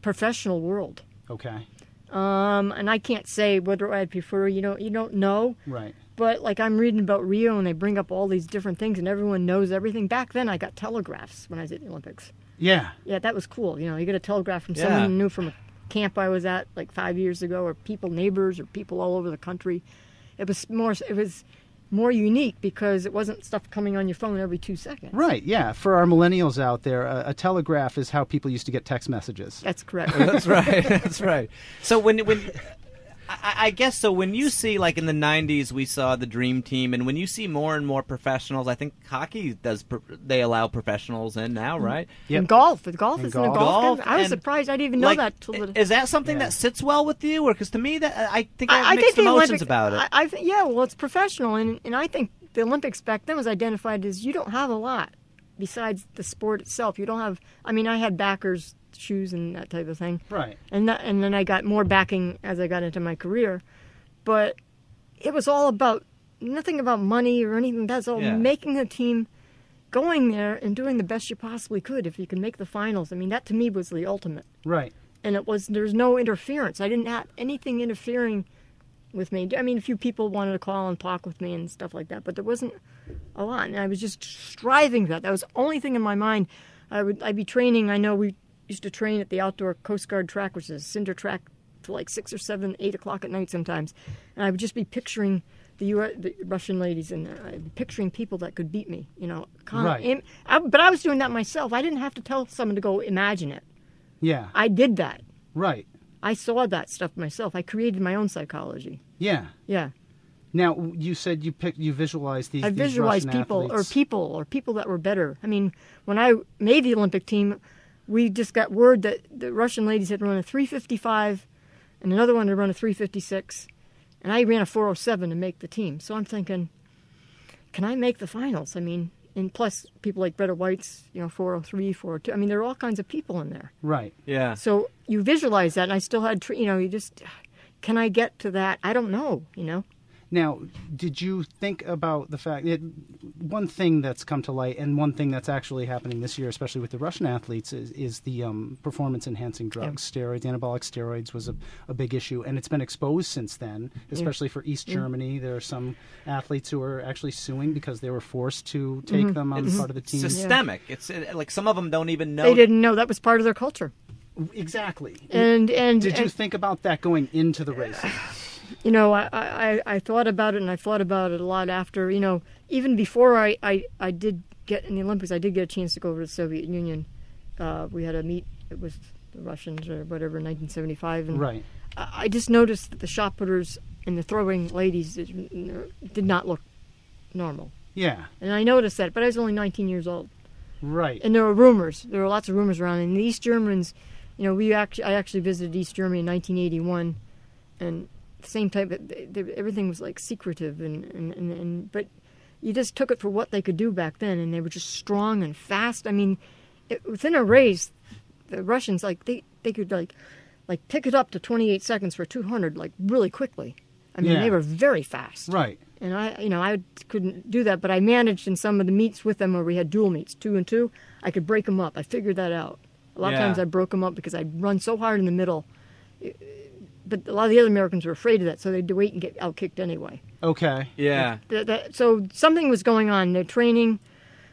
Speaker 4: professional world.
Speaker 2: Okay.
Speaker 4: Um, and I can't say whether I'd prefer. You know, you don't know.
Speaker 2: Right.
Speaker 4: But like I'm reading about Rio, and they bring up all these different things, and everyone knows everything. Back then, I got telegraphs when I was at the Olympics.
Speaker 2: Yeah.
Speaker 4: Yeah, that was cool. You know, you get a telegraph from
Speaker 3: Yeah.
Speaker 4: someone you knew from a camp I was at like five years ago, or people, neighbors, or people all over the country. It was more. It was more unique because it wasn't stuff coming on your phone every two seconds.
Speaker 2: Right. Yeah. For our millennials out there, a, a telegraph is how people used to get text messages.
Speaker 4: That's correct.
Speaker 3: That's right. That's right. So when when I, I guess so when you see like in the '90s we saw the Dream Team, and when you see more and more professionals, I think hockey does pro- they allow professionals in now,
Speaker 4: Mm-hmm.
Speaker 3: right?
Speaker 4: And golf. With golf
Speaker 2: And
Speaker 4: isn't a
Speaker 2: golf.
Speaker 4: golf.
Speaker 3: Golf
Speaker 4: game? I was
Speaker 3: and,
Speaker 4: surprised. I didn't even know
Speaker 3: Like,
Speaker 4: that till the.
Speaker 3: is that something
Speaker 2: Yeah.
Speaker 3: that sits well with you, or because to me that I think I, have
Speaker 4: I, I
Speaker 3: mixed
Speaker 4: think the
Speaker 3: emotions
Speaker 4: Olympics,
Speaker 3: about it.
Speaker 4: I, I think yeah, well, it's professional, and and I think the Olympics back then was identified as you don't have a lot besides the sport itself. You don't have. I mean, I had backers, shoes, and that type of thing,
Speaker 2: Right.
Speaker 4: and that, and then I got more backing as I got into my career, but it was all about nothing about money or anything. That's all
Speaker 3: Yeah.
Speaker 4: making a team. Going there and doing the best you possibly could if you can make the finals. I mean, that to me was the ultimate
Speaker 2: Right.
Speaker 4: and it was there's no interference. I didn't have anything interfering with me. I mean, a few people wanted to call and talk with me and stuff like that, but there wasn't a lot. And I was just striving for that. That was the only thing in my mind. I would I'd be training. I know we used to train at the outdoor Coast Guard track, which is a cinder track, to like six or seven, eight o'clock at night sometimes, and I would just be picturing. The, U- the Russian ladies and uh, picturing people that could beat me, you know. Con-
Speaker 2: Right.
Speaker 4: im- I, but I was doing that myself. I didn't have to tell someone to go imagine it.
Speaker 2: Yeah.
Speaker 4: I did that.
Speaker 2: Right.
Speaker 4: I saw that stuff myself. I created my own psychology.
Speaker 2: Yeah.
Speaker 4: Yeah.
Speaker 2: Now you said you picked you visualized these.
Speaker 4: I
Speaker 2: these
Speaker 4: visualized
Speaker 2: Russian
Speaker 4: people
Speaker 2: athletes.
Speaker 4: or people or people that were better. I mean, when I made the Olympic team, we just got word that the Russian ladies had run a 355 and another one had run a 356. And I ran a 407 to make the team. So I'm thinking, can I make the finals? I mean, and plus people like Bretta White's, you know, 403, 402. I mean, there are all kinds of people in there.
Speaker 2: Right.
Speaker 3: Yeah.
Speaker 4: So you visualize that, and I still had, tr- you know, you just, can I get to that? I don't know, you know?
Speaker 2: Now, did you think about the fact that one thing that's come to light, and one thing that's actually happening this year, especially with the Russian athletes, is, is the um, performance-enhancing drugs, steroids, anabolic steroids was a, a big issue, and it's been exposed since then, especially for East Germany. There are some athletes who are actually suing because they were forced to
Speaker 4: Mm-hmm.
Speaker 2: take them on part of the team.
Speaker 3: Systemic. It's uh, like some of them don't even know.
Speaker 4: They didn't know that was part of their culture.
Speaker 2: Exactly.
Speaker 4: And, and,
Speaker 2: did you
Speaker 4: and-
Speaker 2: think about that going into the races?
Speaker 4: you know, I, I, I thought about it and I thought about it a lot after, you know, even before I, I, I did get in the Olympics, I did get a chance to go over to the Soviet Union. Uh, we had a meet with the Russians or whatever in 1975. And
Speaker 2: right.
Speaker 4: I, I just noticed that the shot putters and the throwing ladies did, did not look normal.
Speaker 2: Yeah.
Speaker 4: And I noticed that, but I was only 19 years old
Speaker 2: Right.
Speaker 4: and there were rumors. There were lots of rumors around. And the East Germans, you know, we actually I actually visited East Germany in 1981, and the same type. Of, they, they- everything was like secretive, and, and, and, and but you just took it for what they could do back then, and they were just strong and fast. I mean, it, within a race, the Russians like they they could like like pick it up to 28 seconds for 200 like really quickly. I mean,
Speaker 2: Yeah.
Speaker 4: they were very fast.
Speaker 2: right.
Speaker 4: And I, you know, I couldn't do that, but I managed in some of the meets with them where we had dual meets, two and two. I could break them up. I figured that out. A lot
Speaker 3: Yeah.
Speaker 4: of times I broke them up because I'd run so hard in the middle. But a lot of the other Americans were afraid of that, so they'd wait and get out kicked anyway.
Speaker 2: Okay.
Speaker 3: Yeah.
Speaker 4: That- that- so something was going on. Their training,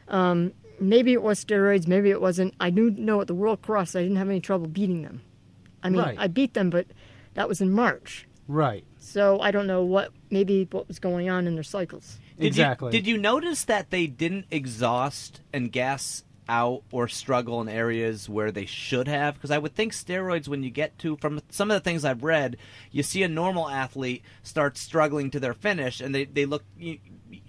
Speaker 4: um, maybe it was steroids, maybe it wasn't. I knew know at the World Cross, I didn't have any trouble beating them. I mean,
Speaker 2: Right.
Speaker 4: I beat them, but that was in March.
Speaker 2: Right.
Speaker 4: So I don't know what maybe what was going on in their cycles.
Speaker 3: Did
Speaker 2: exactly.
Speaker 3: You, did you notice that they didn't exhaust and gas out or struggle in areas where they should have? Because I would think steroids, when you get to, from some of the things I've read, you see a normal athlete start struggling to their finish and they, they look. You,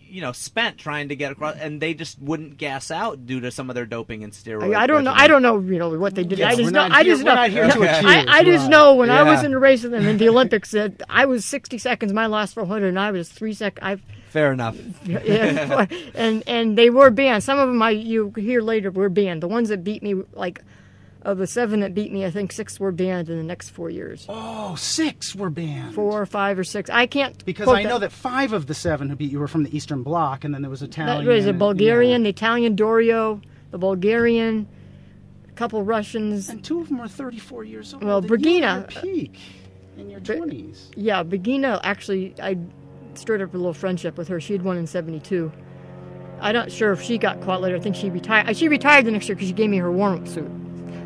Speaker 3: you know, spent trying to get across, and they just wouldn't gas out due to some of their doping and steroids.
Speaker 4: I, I don't know. I don't know. You know what they did.
Speaker 2: Yes,
Speaker 4: I just
Speaker 2: we're
Speaker 4: know.
Speaker 2: not
Speaker 4: I
Speaker 2: here-
Speaker 4: just
Speaker 2: we're
Speaker 4: know.
Speaker 2: not here to accuse,
Speaker 4: I, I just
Speaker 2: right.
Speaker 4: know when I was
Speaker 3: Yeah.
Speaker 4: in a race with them in the Olympics that I was 60 seconds. My last 400, and I was three sec. I,
Speaker 3: Fair enough.
Speaker 4: yeah, and and they were banned. Some of them I you hear later were banned. The ones that beat me, like of the seven that beat me, I think six were banned in the next four years.
Speaker 2: Oh, six were banned.
Speaker 4: Four, five, or six. I can't
Speaker 2: Because
Speaker 4: quote
Speaker 2: I know that. five of the seven who beat you were from the Eastern Bloc, and then there was Italian.
Speaker 4: That was a
Speaker 2: and-
Speaker 4: Bulgarian,
Speaker 2: yeah.
Speaker 4: the Italian Dorio, the Bulgarian, a couple Russians.
Speaker 2: And two of them were 34 years old.
Speaker 4: Well,
Speaker 2: and you were at
Speaker 4: Brigida-
Speaker 2: your peak in your 20s.
Speaker 4: Yeah, Begina actually, I stirred up a little friendship with her. She had won in '72. I'm not sure if she got caught later. I think she retired. She retired the next year because she gave me her warm-up suit.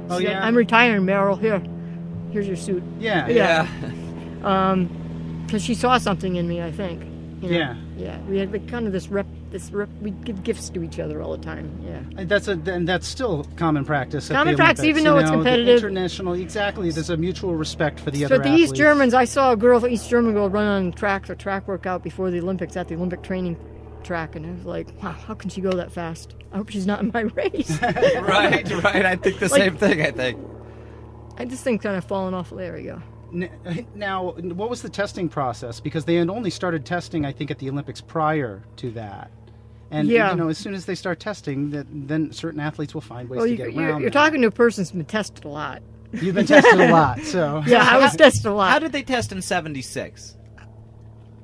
Speaker 2: Oh,
Speaker 4: She said,
Speaker 2: yeah?
Speaker 4: I'm retiring, Meryl. Here, here's your suit.
Speaker 2: Yeah.
Speaker 3: Yeah.
Speaker 4: Because she saw something in me, I think. you know?
Speaker 2: Yeah.
Speaker 4: Yeah. We had like, kind of this rep. This rep. We give gifts to each other all the time. Yeah.
Speaker 2: And that's a and that's still common practice. at
Speaker 4: Common
Speaker 2: the
Speaker 4: practice,
Speaker 2: Olympics,
Speaker 4: even
Speaker 2: you
Speaker 4: though it's
Speaker 2: know, the
Speaker 4: competitive.
Speaker 2: International, exactly. There's a mutual respect for the
Speaker 4: So
Speaker 2: other.
Speaker 4: the East
Speaker 2: athletes.
Speaker 4: Germans, I saw a girl, East German girl, run on track, a track workout before the Olympics at the Olympic training track, and I was like, wow, how can she go that fast? I hope she's not in my race.
Speaker 3: right, right. I think the
Speaker 4: Like-
Speaker 3: same thing, I think.
Speaker 4: I just think kind of falling off. There we go.
Speaker 2: N- Now, what was the testing process? Because they had only started testing, I think, at the Olympics prior to that. And
Speaker 4: Yeah.
Speaker 2: you know, as soon as they start testing, that then certain athletes will find ways
Speaker 4: Well,
Speaker 2: to
Speaker 4: you,
Speaker 2: get
Speaker 4: you're,
Speaker 2: around.
Speaker 4: you're
Speaker 2: that.
Speaker 4: talking to a person who's been tested a lot.
Speaker 2: You've been tested a lot, so
Speaker 4: Yeah, I was tested a lot.
Speaker 3: How did they test in 76?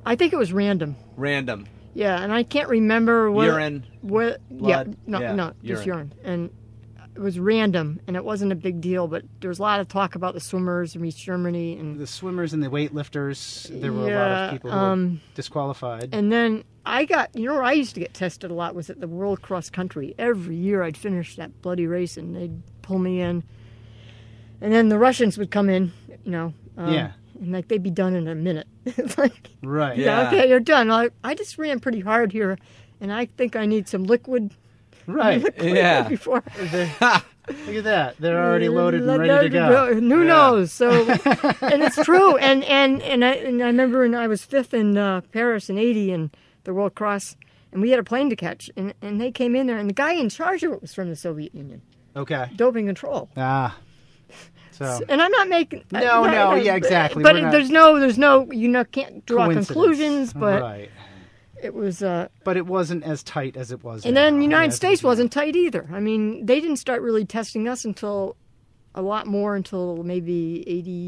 Speaker 4: I think it was random.
Speaker 3: Random.
Speaker 4: Yeah, and I can't remember what
Speaker 3: Urine.
Speaker 4: What? yeah,
Speaker 3: blood,
Speaker 4: no,
Speaker 3: yeah,
Speaker 4: no, just
Speaker 3: urine.
Speaker 4: urine. And it was random, and it wasn't a big deal. But there was a lot of talk about the swimmers in East Germany, and
Speaker 2: the swimmers and the weightlifters. There were a lot
Speaker 4: Yeah,
Speaker 2: of people who were
Speaker 4: um,
Speaker 2: disqualified.
Speaker 4: And then I got, you know, where I used to get tested a lot was at the World Cross Country. Every year I'd finish that bloody race and they'd pull me in. And then the Russians would come in, you know. Um,
Speaker 2: Yeah.
Speaker 4: And like they'd be done in a minute. It's like,
Speaker 2: right.
Speaker 3: Yeah.
Speaker 4: okay, you're done. I, I just ran pretty hard here and I think I need some liquid
Speaker 2: Right.
Speaker 3: Yeah.
Speaker 4: before.
Speaker 2: Look at that. They're already loaded and
Speaker 4: Let-
Speaker 2: ready to
Speaker 4: let-
Speaker 2: go.
Speaker 4: let- Who knows? So, and it's true. And and and I and I remember when I was fifth in uh, Paris in '80 and the World Cross, and we had a plane to catch, and and they came in there, and the guy in charge of it was from the Soviet Union,
Speaker 2: Okay.
Speaker 4: doping control.
Speaker 2: Ah. So
Speaker 4: And I'm not making I-
Speaker 2: No,
Speaker 4: I-
Speaker 2: no,
Speaker 4: I-
Speaker 2: yeah, exactly.
Speaker 4: But
Speaker 2: We're
Speaker 4: it-
Speaker 2: not-
Speaker 4: there's no, there's no, you know, can't draw
Speaker 2: coincidence.
Speaker 4: conclusions. But
Speaker 2: right.
Speaker 4: it was, uh,
Speaker 2: But it wasn't as tight as it was.
Speaker 4: and
Speaker 2: now.
Speaker 4: then the United
Speaker 2: Yeah,
Speaker 4: States wasn't tight either. I mean, they didn't start really testing us until a lot more until maybe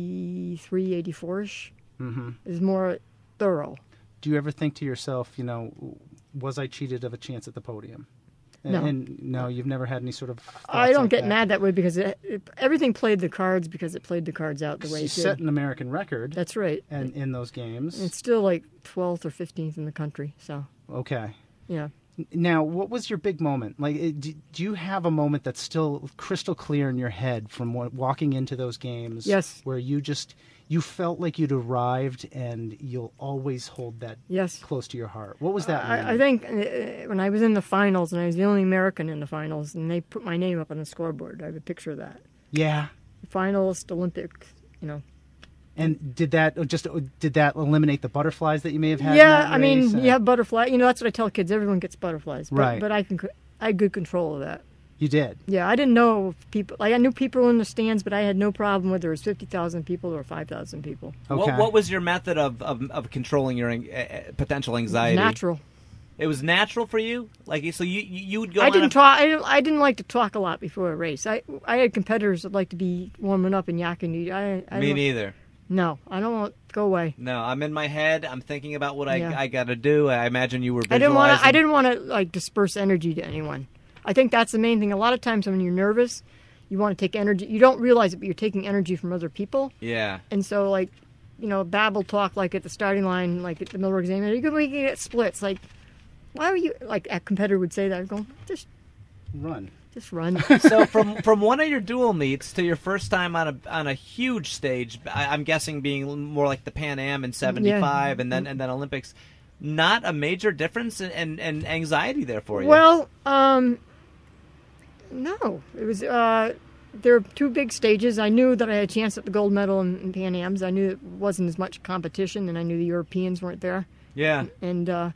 Speaker 4: 83, 84 ish. Mm-hmm. It was more thorough.
Speaker 2: Do you ever think to yourself, you know, was I cheated of a chance at the podium? And,
Speaker 4: No.
Speaker 2: and no, you've never had any sort of.
Speaker 4: I
Speaker 2: thoughts
Speaker 4: don't
Speaker 2: like
Speaker 4: get
Speaker 2: that?
Speaker 4: mad that way because it, it, everything played the cards because it played the cards out the way
Speaker 2: You
Speaker 4: it
Speaker 2: set
Speaker 4: did.
Speaker 2: an American record,
Speaker 4: That's right.
Speaker 2: and in those games,
Speaker 4: It's still like 12th or 15th in the country. So,
Speaker 2: okay.
Speaker 4: yeah.
Speaker 2: Now, what was your big moment? Like, it- do, do you have a moment that's still crystal clear in your head from wa- walking into those games?
Speaker 4: Yes.
Speaker 2: Where you just you felt like you'd arrived, and you'll always hold that
Speaker 4: Yes.
Speaker 2: close to your heart. What was that?
Speaker 4: I, I
Speaker 2: moment?
Speaker 4: think uh, when I was in the finals and I was the only American in the finals and they put my name up on the scoreboard, I have a picture of that.
Speaker 2: yeah.
Speaker 4: Finalist, Olympic, you know.
Speaker 2: And did that oh, just did that eliminate the butterflies that you may have had? in
Speaker 4: yeah,
Speaker 2: that
Speaker 4: I mean,
Speaker 2: race? Uh,
Speaker 4: you have butterfly. You know, that's what I tell kids. Everyone gets butterflies. But,
Speaker 2: Right.
Speaker 4: But I can, c- I had good control of that.
Speaker 2: you did.
Speaker 4: Yeah, I didn't know if people. Like I knew people in the stands, but I had no problem whether it was fifty thousand people or five thousand people.
Speaker 2: Okay.
Speaker 3: What, what was your method of, of, of controlling your an- uh, uh, potential anxiety?
Speaker 4: Natural.
Speaker 3: It was natural for you. Like so, you you you would go.
Speaker 4: I
Speaker 3: on
Speaker 4: didn't
Speaker 3: a-
Speaker 4: talk. I didn't, I didn't like to talk a lot before a race. I I had competitors that like to be warming up and yakking. I, I
Speaker 3: Me
Speaker 4: don't-
Speaker 3: neither.
Speaker 4: No, I don't want. Go away.
Speaker 3: No, I'm in my head. I'm thinking about what
Speaker 4: Yeah.
Speaker 3: I, I got to do. I imagine you were.
Speaker 4: I didn't want to. I
Speaker 3: visualizing-
Speaker 4: didn't want to like disperse energy to anyone. I think that's the main thing. A lot of times when you're nervous, you want to take energy. You don't realize it, but you're taking energy from other people.
Speaker 3: Yeah.
Speaker 4: And so like, you know, babble talk like at the starting line, like at the middle of exam, you're going to get splits. Like, why are you like a competitor would say that? I'm going just
Speaker 2: Run.
Speaker 4: just run.
Speaker 3: so from from one of your dual meets to your first time on a on a huge stage, I, I'm guessing being more like the Pan Am in '75 and then and then Olympics, not a major difference in, in, in anxiety there for you.
Speaker 4: Well, um, no, it was. Uh, there were two big stages. I knew that I had a chance at the gold medal in, in Pan Am's. I knew it wasn't as much competition, and I knew the Europeans weren't there.
Speaker 3: yeah,
Speaker 4: And uh,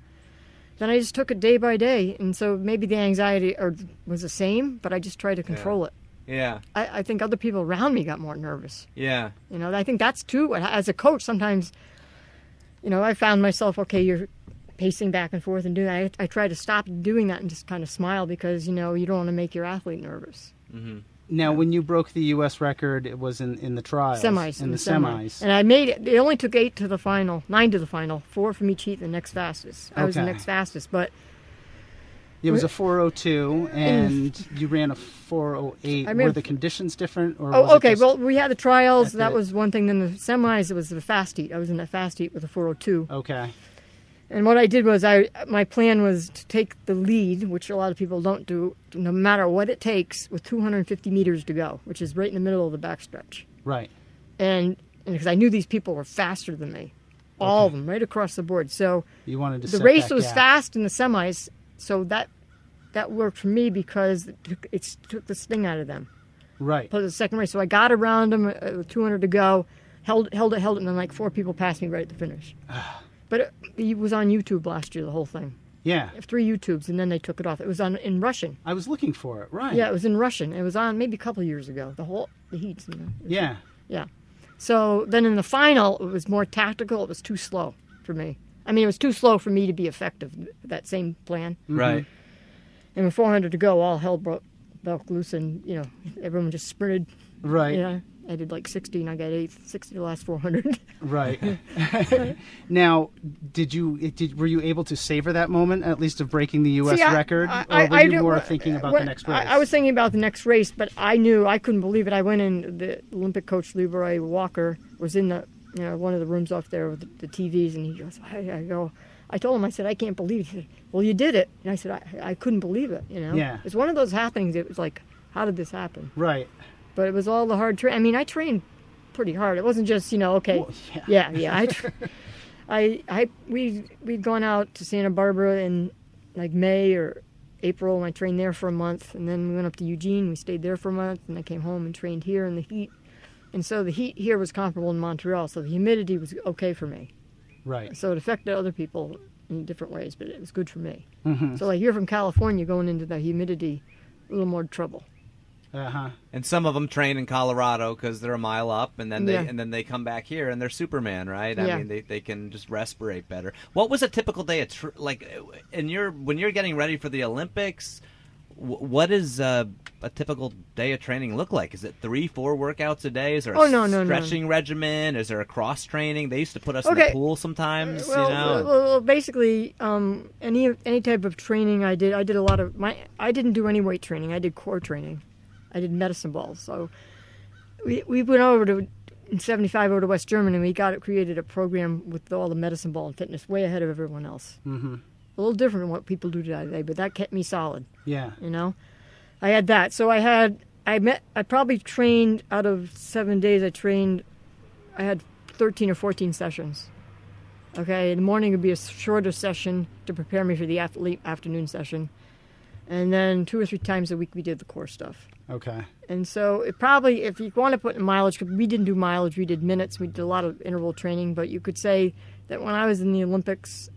Speaker 4: then I just took it day by day, and so maybe the anxiety or was the same, but I just tried to control it.
Speaker 3: yeah,
Speaker 4: I, I think other people around me got more nervous.
Speaker 3: yeah.
Speaker 4: You know, I think that's too. As a coach, sometimes, you know, I found myself okay. You're pacing back and forth and doing. I I try to stop doing that and just kind of smile because you know you don't want to make your athlete nervous.
Speaker 2: Now, when you broke the U.S. record, it was in, in the trials,
Speaker 4: Semis
Speaker 2: in the
Speaker 4: semi.
Speaker 2: semis.
Speaker 4: and I made it. They only took eight to the final, nine to the final, four from each heat. The next fastest, I was the
Speaker 2: Okay.
Speaker 4: next fastest, but
Speaker 2: It was a 402, and you ran a 408.
Speaker 4: Mm. I
Speaker 2: Were
Speaker 4: ran-
Speaker 2: the conditions different? Or was
Speaker 4: Oh,
Speaker 2: it
Speaker 4: okay.
Speaker 2: just-
Speaker 4: Well, we had the trials.
Speaker 2: That's
Speaker 4: That
Speaker 2: it.
Speaker 4: was one thing. Then the semis, it was the fast heat. I was in that fast heat with a 402.
Speaker 2: okay,
Speaker 4: And what I did was, I my plan was to take the lead, which a lot of people don't do, no matter what it takes, with 250 meters to go, which is right in the middle of the backstretch.
Speaker 2: right.
Speaker 4: And because I knew these people were faster than me, all of them, right across the board. So
Speaker 2: You wanted to.
Speaker 4: the
Speaker 2: set
Speaker 4: race
Speaker 2: that
Speaker 4: was
Speaker 2: gap.
Speaker 4: fast in the semis, so that that worked for me because it took, it took the sting out of them
Speaker 2: right?
Speaker 4: put the second race. So I got around him uh, with 200 to go, held held it, held it, and then like four people passed me right at the finish. but it, it was on YouTube last year, the whole thing.
Speaker 2: Yeah,
Speaker 4: Three YouTubes, and then they took it off. It was on in Russian.
Speaker 2: I was looking for it. Right.
Speaker 4: Yeah, it was in Russian. It was on maybe a couple years ago. The whole the heats. And the,
Speaker 2: Yeah.
Speaker 4: yeah. So then in the final, it was more tactical. It was too slow for me. I mean, it was too slow for me to be effective. That same plan.
Speaker 3: Right.
Speaker 4: And with 400 to go, all hell broke, broke loose, and you know, everyone just sprinted.
Speaker 2: Right.
Speaker 4: Yeah, I did like 60 and I got 8, 60 the last 400.
Speaker 2: Right. now, did you it- did were you able to savor that moment at least of breaking the U.S.
Speaker 4: See, I-
Speaker 2: record,
Speaker 4: I-
Speaker 2: or were
Speaker 4: I
Speaker 2: you
Speaker 4: didn't-
Speaker 2: more thinking about
Speaker 4: what-
Speaker 2: the next race?
Speaker 4: I, I was thinking about the next race, but I knew I couldn't believe it. I went in. The Olympic coach Leroy Walker was in the you know one of the rooms off there with the, the TVs, and he goes, I, I go. I told him, I said, I can't believe. It. He said, Well, you did it, and I said, I, I couldn't believe it. You know,
Speaker 2: Yeah.
Speaker 4: it's one of those happenings. It was like, how did this happen?
Speaker 2: right.
Speaker 4: But it was all the hard train. I mean, I trained pretty hard. It wasn't just you know, okay,
Speaker 2: Well, yeah.
Speaker 4: yeah, yeah. I, tr- I, I, we we'd gone out to Santa Barbara in like May or April, and I trained there for a month, and then we went up to Eugene. We stayed there for a month, and I came home and trained here in the heat. And so the heat here was comparable in Montreal, so the humidity was okay for me.
Speaker 2: Right.
Speaker 4: So it affected other people in different ways, but it was good for me. So like you're from California, going into the humidity, a little more trouble.
Speaker 2: Uh huh.
Speaker 3: And some of them train in Colorado because they're a mile up, and then they
Speaker 4: Yeah.
Speaker 3: and then they come back here and they're Superman, right? I
Speaker 4: Yeah.
Speaker 3: mean, they, they can just respirate better. What was a typical day? At tr- like, in your when you're getting ready for the Olympics, wh- what is uh, a typical day of training look like? Is it three, four workouts a day? Is there a
Speaker 4: Oh, no, no, no.
Speaker 3: stretching regimen? Is there a cross training? They used to put us in the
Speaker 4: Okay. Uh,
Speaker 3: pool sometimes.
Speaker 4: Well,
Speaker 3: you know,
Speaker 4: well, well, basically, um, any any type of training I did, I did a lot of my. I didn't do any weight training. I did core training. I did medicine balls. So we we went over to in '75 over to West Germany. and We got it created a program with all the medicine ball and fitness, way ahead of everyone else. Mm-hmm. A little different than what people do today, but that kept me solid.
Speaker 2: Yeah.
Speaker 4: You know, I had that. So I had I met I probably trained out of seven days. I trained, I had thirteen or fourteen sessions. Okay, in the morning would be a shorter session to prepare me for the athlete afternoon session, and then two or three times a week we did the core stuff.
Speaker 2: Okay.
Speaker 4: And so it probably, if you want to put in mileage, 'cause we didn't do mileage, we did minutes, we did a lot of interval training, but you could say that when I was in the Olympics,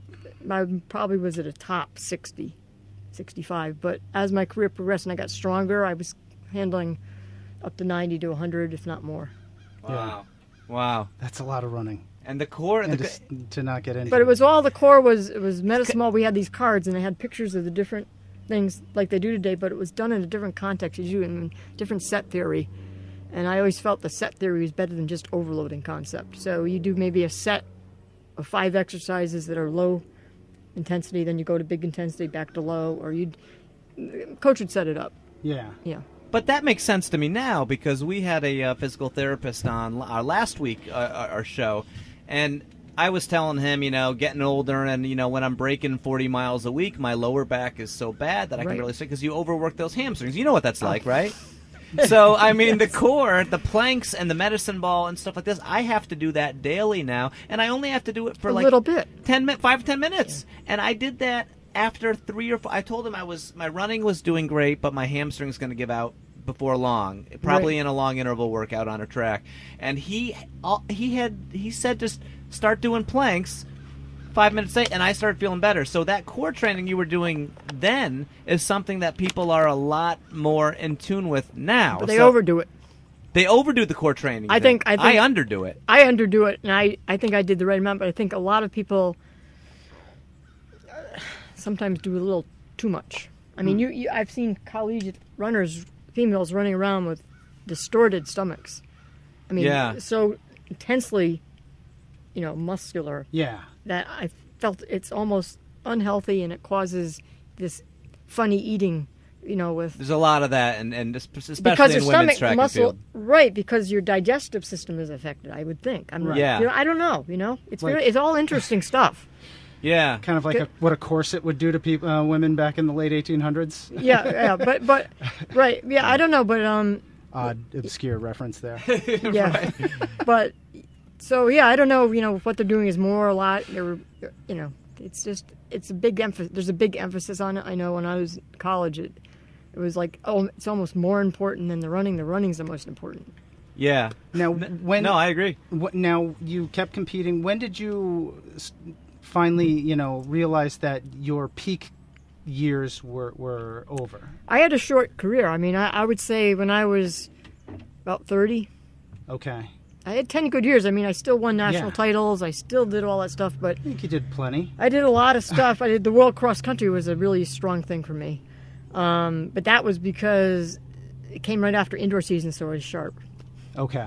Speaker 4: I probably was at a top 60, 65. But as my career progressed and I got stronger, I was handling up to 90 to 100, if not more.
Speaker 3: wow, wow,
Speaker 2: That's a lot of running.
Speaker 3: and the core.
Speaker 2: And
Speaker 3: the,
Speaker 2: just to not get injured.
Speaker 4: But it was all the core was, it was medicine ball. We had these cards and they had pictures of the different things like they do today, but it was done in a different context. You do in different set theory. And I always felt the set theory was better than just overloading concept. So you do maybe a set of five exercises that are low intensity, then you go to big intensity, back to low, or you coach would set it up.
Speaker 2: Yeah.
Speaker 4: Yeah.
Speaker 3: But that makes sense to me now because we had a uh, physical therapist on l- our last week, uh, our our show, and I was telling him, you know, getting older and, you know, when I'm breaking 40 miles a week, my lower back is so bad that I can
Speaker 4: Right. Oh.
Speaker 3: really because you overwork those hamstrings. You know what that's like, right? So, I mean, the core, the planks and the medicine ball and stuff like this, I have to do that daily now, and I only have to do it for
Speaker 4: A
Speaker 3: like
Speaker 4: little bit.
Speaker 3: 10 minutes, five, 10 minutes. And I did that after three or four. I told him I was, my running was doing great, but my hamstring's going to give out before long, probably
Speaker 4: Right.
Speaker 3: in a long interval workout on a track. And he, all- he had, he said, just start doing planks five minutes late, and I started feeling better. So that core training you were doing then is something that people are a lot more in tune with now.
Speaker 4: But they
Speaker 3: So-
Speaker 4: overdo it.
Speaker 3: they overdo the core training.
Speaker 4: I
Speaker 3: you think.
Speaker 4: think- I think-
Speaker 3: I underdo it.
Speaker 4: I underdo it, and I, I think I did the right amount, but I think a lot of people uh, sometimes do a little too much. I mean, you, you I've seen collegiate runners, females running around with distorted stomachs. I mean,
Speaker 3: Yeah.
Speaker 4: so intensely, you know, muscular
Speaker 2: Yeah.
Speaker 4: that I felt it's almost unhealthy, and it causes this funny eating, you know, with
Speaker 3: There's a lot of that, and and es- especially
Speaker 4: because
Speaker 3: in
Speaker 4: your
Speaker 3: women's
Speaker 4: stomach
Speaker 3: track
Speaker 4: muscle
Speaker 3: and field.
Speaker 4: right because your digestive system is affected i would think i'm
Speaker 2: Right.
Speaker 3: Yeah.
Speaker 4: you know, i don't know you know it's
Speaker 2: Like-
Speaker 4: really, it's all interesting stuff
Speaker 3: Yeah,
Speaker 2: Kind of like a, what a corset would do to people, uh, women back in the late 1800s.
Speaker 4: yeah yeah but but right yeah i don't know but um
Speaker 2: Odd, obscure reference there.
Speaker 4: yeah but so yeah i don't know you know what they're doing is more a lot they're you know it's just it's a big emphasis there's a big emphasis on it i know when i was in college it it was like oh it's almost more important than the running the running's the most important
Speaker 3: yeah.
Speaker 2: Now,
Speaker 3: N-
Speaker 2: when
Speaker 3: no, I agree.
Speaker 2: What, now you kept competing. When did you s- finally, you know, realize that your peak years were were over?
Speaker 4: I had a short career. I mean, I, I would say when I was about 30,
Speaker 2: Okay,
Speaker 4: I had 10 good years. I mean, I still won national
Speaker 2: Yeah.
Speaker 4: titles. I still did all that stuff, but
Speaker 2: I think you did plenty.
Speaker 4: I did a lot of stuff. I did the world cross country was a really strong thing for me. Um, but that was because it came right after indoor season, so I was sharp.
Speaker 2: Okay,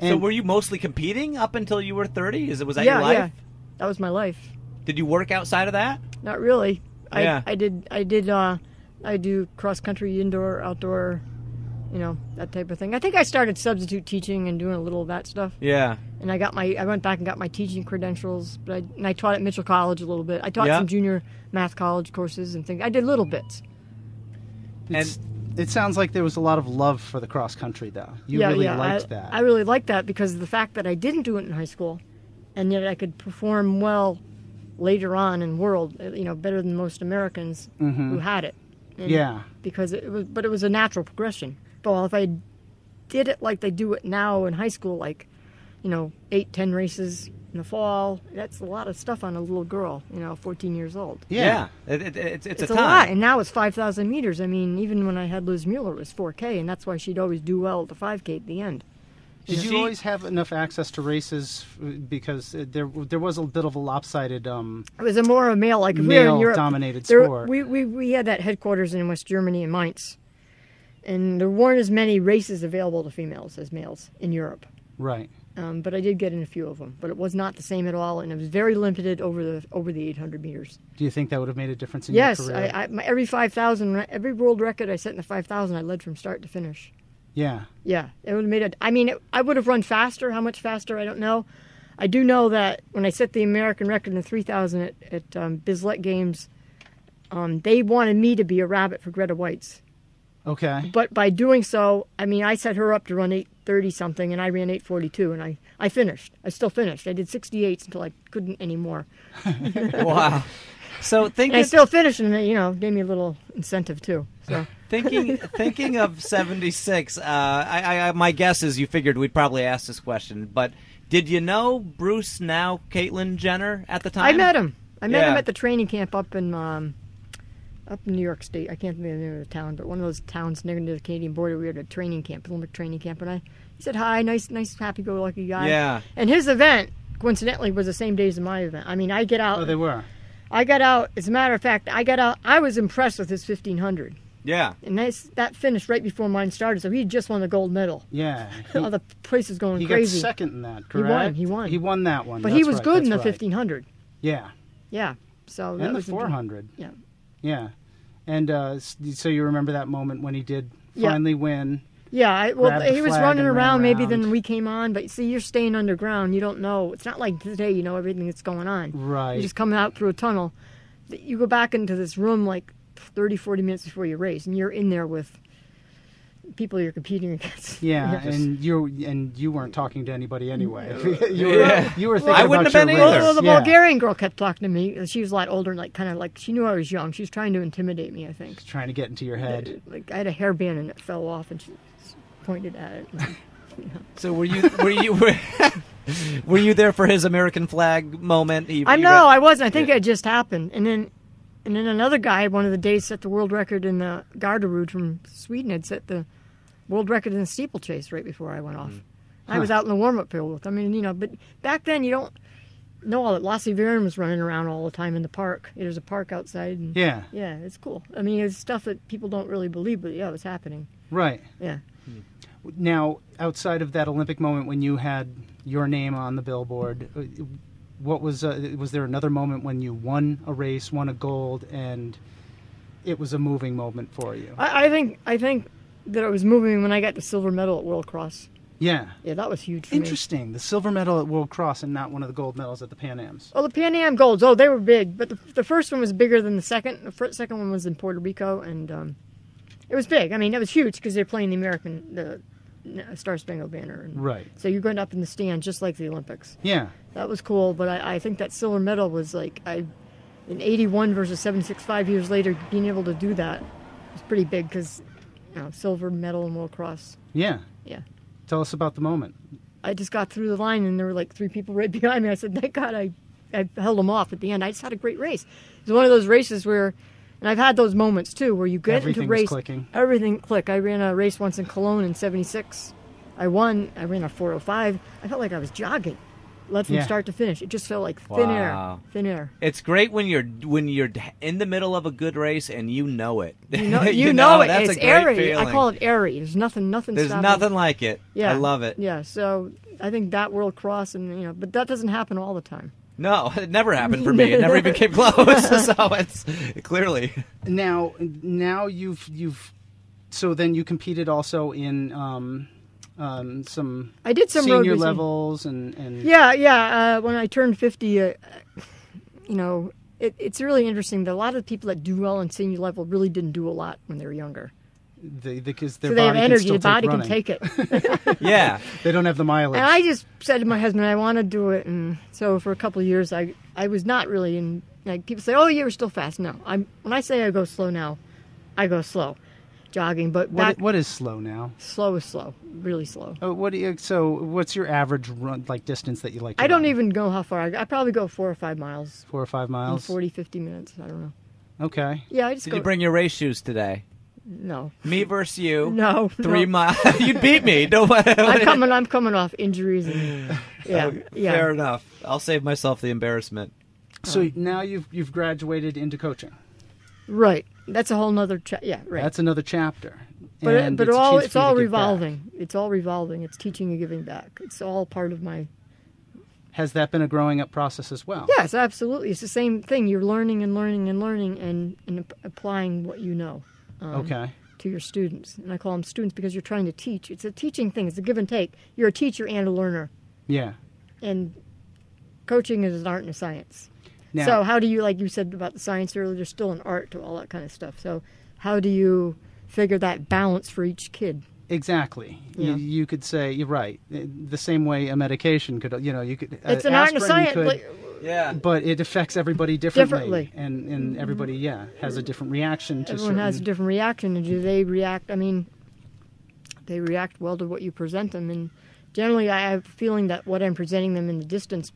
Speaker 3: so,
Speaker 2: And-
Speaker 3: were you mostly competing up until you were 30? Is it was that your
Speaker 4: yeah,
Speaker 3: life?
Speaker 4: yeah. That was my life.
Speaker 3: Did you work outside of that?
Speaker 4: Not really. I,
Speaker 3: Yeah.
Speaker 4: I did. I did. Uh, I do cross country, indoor, outdoor, you know, that type of thing. I think I started substitute teaching and doing a little of that stuff.
Speaker 3: Yeah.
Speaker 4: and I got my I went back and got my teaching credentials, but I and I taught at Mitchell College a little bit. I taught
Speaker 3: Yeah.
Speaker 4: some junior math college courses and things. I did little bits.
Speaker 2: It's- it sounds like there was a lot of love for the cross country, though. You really liked
Speaker 4: I,
Speaker 2: that.
Speaker 4: I really liked that because of the fact that I didn't do it in high school, and yet I could perform well later on in world, uh, you know, better than most Americans
Speaker 2: Mm-hmm.
Speaker 4: who had it. And
Speaker 2: Yeah.
Speaker 4: Because it was, but it was a natural progression. Well, if I did it like they do it now in high school, like, you know, eight, ten races in the fall, that's a lot of stuff on a little girl, you know, 14 years old.
Speaker 3: Yeah, It, it, it's, it's,
Speaker 4: It's
Speaker 3: a ton.
Speaker 4: a lot, and now it's 5,000 meters. I mean, even when I had Liz Mueller, it was 4K, and that's why she'd always do well at the 5K at the end.
Speaker 2: Did you
Speaker 3: She-
Speaker 2: always have enough access to races f- because uh, there there was a bit of a lopsided? Um,
Speaker 4: It was a more of a male like we were in Europe.
Speaker 2: Male-dominated
Speaker 4: there,
Speaker 2: sport.
Speaker 4: We, we we had that headquarters in West Germany in Mainz, and there weren't as many races available to females as males in Europe.
Speaker 2: right.
Speaker 4: Um, but I did get in a few of them, but it was not the same at all, and it was very limited over the over the 800 meters.
Speaker 2: Do you think that would have made a difference in
Speaker 4: yes,
Speaker 2: your
Speaker 4: I,
Speaker 2: career?
Speaker 4: I, my, every 5,000, re- every world record I set in the 5,000, I led from start to finish.
Speaker 2: yeah.
Speaker 4: Yeah, it would have made it. I mean, it, I would have run faster. How much faster? I don't know. I do know that when I set the American record in the 3000 at, at um, Bislett Games, um, they wanted me to be a rabbit for Greta White's.
Speaker 2: Okay.
Speaker 4: But by doing so, I mean, I set her up to run 830 something, and I ran 842, and I, I finished. I still finished. I did 68s until I couldn't anymore.
Speaker 3: Wow. So
Speaker 4: And I
Speaker 3: thinking,
Speaker 4: still finished, and, it, you know, gave me a little incentive, too. So.
Speaker 3: thinking, thinking of '76. Uh, I, I, I- my guess is you figured we'd probably ask this question, but did you know Bruce now Caitlyn Jenner at the time?
Speaker 4: I met him. I met him
Speaker 3: Yeah.
Speaker 4: at the training camp up in um, up in New York State. I can't think of the name of the town, but one of those towns near to the Canadian border. We were at a training camp, Olympic training camp, and I he said hi, nice, nice, happy-go-lucky guy.
Speaker 3: Yeah.
Speaker 4: And his event, coincidentally, was the same day as my event. I mean, I get out.
Speaker 2: Oh, they were.
Speaker 4: I got out. As a matter of fact, I got out. I was impressed with his 1500,
Speaker 3: Yeah.
Speaker 4: and that's, that finished right before mine started. So he just won the gold medal.
Speaker 2: Yeah. He,
Speaker 4: All the place is going
Speaker 2: he got
Speaker 4: crazy.
Speaker 2: second in that.
Speaker 4: won,
Speaker 2: Correct.
Speaker 4: he won.
Speaker 2: He won that one.
Speaker 4: but he
Speaker 2: that's
Speaker 4: was
Speaker 2: right,
Speaker 4: good in the
Speaker 2: that's right.
Speaker 4: 1500.
Speaker 2: Yeah.
Speaker 4: Yeah. So that
Speaker 2: And the
Speaker 4: was impre-
Speaker 2: four hundred.
Speaker 4: Yeah.
Speaker 2: Yeah. And uh, s- so you remember that moment when he did
Speaker 4: Yeah.
Speaker 2: finally win.
Speaker 4: Yeah, I, well,
Speaker 2: grabbed the
Speaker 4: he was
Speaker 2: flag
Speaker 4: running
Speaker 2: and ran
Speaker 4: around, maybe.
Speaker 2: around.
Speaker 4: Then we came on, but see, you're staying underground. You don't know. It's not like today. You know everything that's going on.
Speaker 2: Right.
Speaker 4: You just come out through a tunnel. Th- You go back into this room like 30, 40 minutes before you race, and you're in there with people you're competing against.
Speaker 2: Yeah,
Speaker 4: Yes.
Speaker 2: and you and you weren't talking to anybody anyway. you were
Speaker 3: Yeah.
Speaker 2: you were thinking
Speaker 3: I wouldn't
Speaker 2: about
Speaker 3: have
Speaker 2: your
Speaker 3: been either.
Speaker 2: race.
Speaker 4: well, the
Speaker 2: Yeah.
Speaker 4: Bulgarian girl kept talking to me. She was a lot older, and like kind of like she knew I was young. She was trying to intimidate me. I think.
Speaker 2: Trying to get into your head.
Speaker 4: Like I had a hairband and it fell off, and she pointed at it.
Speaker 3: So were you? Were you? Were, were you there for his American flag moment? He-
Speaker 4: I
Speaker 3: he
Speaker 4: know
Speaker 3: read-
Speaker 4: I wasn't. I think
Speaker 3: Yeah.
Speaker 4: it just happened, and then, and then another guy one of the days set the world record in the Garderud from Sweden had set the world record in the steeplechase right before I went off. I was out in the warm-up field with. I mean, you know, but back then you don't know all that. Lassie Viren was running around all the time in the park. There's a park outside. And,
Speaker 2: Yeah,
Speaker 4: yeah, it's cool. I mean, it's stuff that people don't really believe, but yeah, it was happening.
Speaker 2: right.
Speaker 4: Yeah.
Speaker 2: Now, outside of that Olympic moment when you had your name on the billboard, uh, what was uh, was there another moment when you won a race, won a gold, and it was a moving moment for you?
Speaker 4: I, I think I think that it was moving when I got the silver medal at World Cross.
Speaker 2: Yeah.
Speaker 4: Yeah, that was huge for me.
Speaker 2: Interesting. The silver medal at World Cross and not one of the gold medals at the Pan Am's.
Speaker 4: Well, the Pan Am Golds, oh, they were big, but the, the first one was bigger than the second. The first, second one was in Puerto Rico, and um, it was big. I mean, it was huge because they're playing the American, the uh, Star Spangled Banner. And,
Speaker 2: Right.
Speaker 4: So you're going up in the stand just like the Olympics.
Speaker 2: Yeah.
Speaker 4: That was cool, but I, I think that silver medal was like I, in '81 versus '76, five years later, being able to do that was pretty big because, you know, silver medal in World Cross.
Speaker 2: Yeah.
Speaker 4: Yeah.
Speaker 2: Tell us about the moment.
Speaker 4: I just got through the line and there were like three people right behind me. I said, thank God I, I held them off at the end. I just had a great race. It was one of those races where, and I've had those moments too, where you get
Speaker 2: Everything
Speaker 4: into
Speaker 2: was
Speaker 4: race,
Speaker 2: clicking.
Speaker 4: everything click. I ran a race once in Cologne in '76. I won. I ran a 405. I felt like I was jogging, led from
Speaker 2: Yeah.
Speaker 4: start to finish. It just felt like thin
Speaker 3: Wow.
Speaker 4: air, thin air.
Speaker 3: It's great when you're when you're in the middle of a good race and you know it. You
Speaker 4: No, you, know, it.
Speaker 3: That's
Speaker 4: it's
Speaker 3: a great
Speaker 4: airy.
Speaker 3: feeling.
Speaker 4: I call it airy. There's nothing, nothing.
Speaker 3: There's
Speaker 4: stopping.
Speaker 3: nothing like it.
Speaker 4: Yeah,
Speaker 3: I love it.
Speaker 4: Yeah. So I think that World Cross, and you know, but that doesn't happen all the time.
Speaker 3: No, it never happened for me. It never even came close. so it's clearly
Speaker 2: Now, now you've you've so then you competed also in um, um, some
Speaker 4: I did some road
Speaker 2: senior
Speaker 4: racing.
Speaker 2: levels and and
Speaker 4: Yeah, yeah. Uh, when I turned 50, uh, you know, it, it's really interesting that a lot of the people that do well in senior level really didn't do a lot when they were younger.
Speaker 2: they, because their
Speaker 4: So they have
Speaker 2: body can
Speaker 4: energy.
Speaker 2: still
Speaker 4: The body
Speaker 2: take
Speaker 4: can
Speaker 2: running.
Speaker 4: take it.
Speaker 3: yeah.
Speaker 2: They don't have the mileage.
Speaker 4: And I just said to my husband, I want to do it. And so for a couple of years, I I was not really in. Like people say, oh, you were still fast. No, I'm. When I say I go slow now, I go slow, jogging. But
Speaker 2: what,
Speaker 4: back
Speaker 2: what is slow now?
Speaker 4: slow is slow, really slow.
Speaker 2: Uh, What do you, so what's your average run like distance that you like? To
Speaker 4: I don't
Speaker 2: run?
Speaker 4: even know how far I. go. I probably go four or five miles
Speaker 2: four or five
Speaker 4: in
Speaker 2: miles.
Speaker 4: 40, 50 minutes. I don't know.
Speaker 2: Okay.
Speaker 4: Yeah, I just
Speaker 3: Did
Speaker 4: go.
Speaker 3: you bring your race shoes today?
Speaker 4: no,
Speaker 3: Me versus you.
Speaker 4: no,
Speaker 3: Three
Speaker 4: no.
Speaker 3: miles. you beat me. No.
Speaker 4: I'm coming. I'm coming off injuries. And, yeah, yeah.
Speaker 3: Fair enough. I'll save myself the embarrassment.
Speaker 2: So
Speaker 4: Um,
Speaker 2: now you've you've graduated into coaching.
Speaker 4: Right. That's a whole nother. Cha- yeah. Right.
Speaker 2: That's another chapter.
Speaker 4: but uh,
Speaker 2: And
Speaker 4: but
Speaker 2: it's a
Speaker 4: all
Speaker 2: chance
Speaker 4: it's
Speaker 2: for you to
Speaker 4: all
Speaker 2: give back.
Speaker 4: revolving. It's all revolving. It's teaching and giving back. It's all part of my
Speaker 2: Has that been a growing up process as well?
Speaker 4: yes, absolutely. It's the same thing. You're learning and learning and learning and and ap- applying what you know um,
Speaker 2: Okay.
Speaker 4: to your students. And I call them students because you're trying to teach. It's a teaching thing. It's a give and take. You're a teacher and a learner.
Speaker 2: Yeah.
Speaker 4: And coaching is an art and a science.
Speaker 2: Now,
Speaker 4: So how do you like you said about the science earlier? There's still an art to all that kind of stuff. So how do you figure that balance for each kid?
Speaker 2: exactly.
Speaker 4: Yeah.
Speaker 2: You, you could say you're right. Uh, The same way a medication could, you know, you could. uh,
Speaker 4: It's an art and a science. like-
Speaker 3: Yeah.
Speaker 2: but it affects everybody differently,
Speaker 4: Differently. Mm-hmm.
Speaker 2: and and everybody yeah has a different reaction to
Speaker 4: everyone has a
Speaker 2: certain-
Speaker 4: different reaction and do they react i mean they react well to what you present them and generally i have a feeling that what i'm presenting them in the distance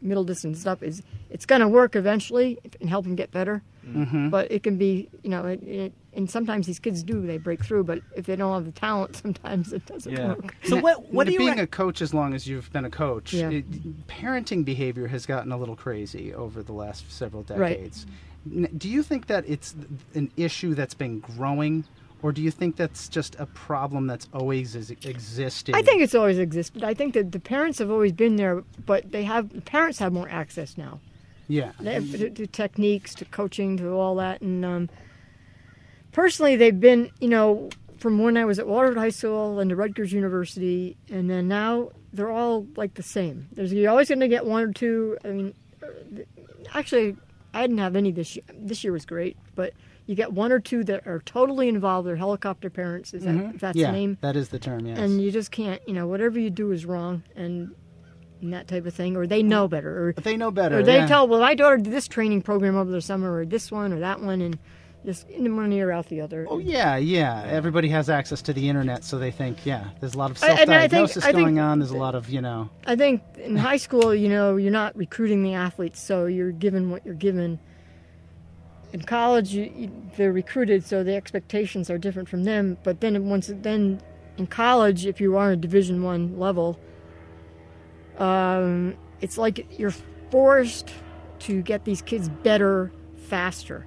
Speaker 4: middle distance stuff is it's going to work eventually and help them get better
Speaker 2: Mm-hmm.
Speaker 4: but it can be you know it, it, and sometimes these kids do they break through but if they don't have the talent sometimes it doesn't
Speaker 3: Yeah.
Speaker 4: work
Speaker 3: So what? What do you?
Speaker 2: being
Speaker 3: rec-
Speaker 2: a coach as long as you've been a coach,
Speaker 4: Yeah.
Speaker 2: it- parenting behavior has gotten a little crazy over the last several
Speaker 4: Right.
Speaker 2: decades. N- Do you think that it's th- an issue that's been growing, or do you think that's just a problem that's always is- existed?
Speaker 4: I think it's always existed. I think that the parents have always been there, but they have the parents have more access now.
Speaker 2: yeah,
Speaker 4: They have- to, to techniques, to coaching, to all that. And um, personally, they've been, you know, from when I was at Waterford High School and to Rutgers University, and then now they're all like the same. There's you're always going to get one or two. I mean, uh, th- actually, I didn't have any this year. This year was great, but you get one or two that are totally involved. They're helicopter parents. Is that if that's
Speaker 2: yeah,
Speaker 4: the name?
Speaker 2: that is the term. Yes,
Speaker 4: And you just can't, you know, whatever you do is wrong, and, and that type of thing. Or they know better. Or
Speaker 2: but they know better.
Speaker 4: or they
Speaker 2: yeah.
Speaker 4: tell, well, my daughter did this training program over the summer, or this one, or that one, and just in one ear out the other.
Speaker 2: Oh yeah, yeah. Everybody has access to the internet, so they think, yeah, there's a lot of
Speaker 4: I- and I think-
Speaker 2: self-diagnosis
Speaker 4: I think-
Speaker 2: going on. There's a lot of, you know,
Speaker 4: I think in high school, you know, you're not recruiting the athletes, so you're given what you're given. In college, you, you, they're recruited, so the expectations are different from them. But then once then in college, if you are a Division One level, um, it's like you're forced to get these kids better faster.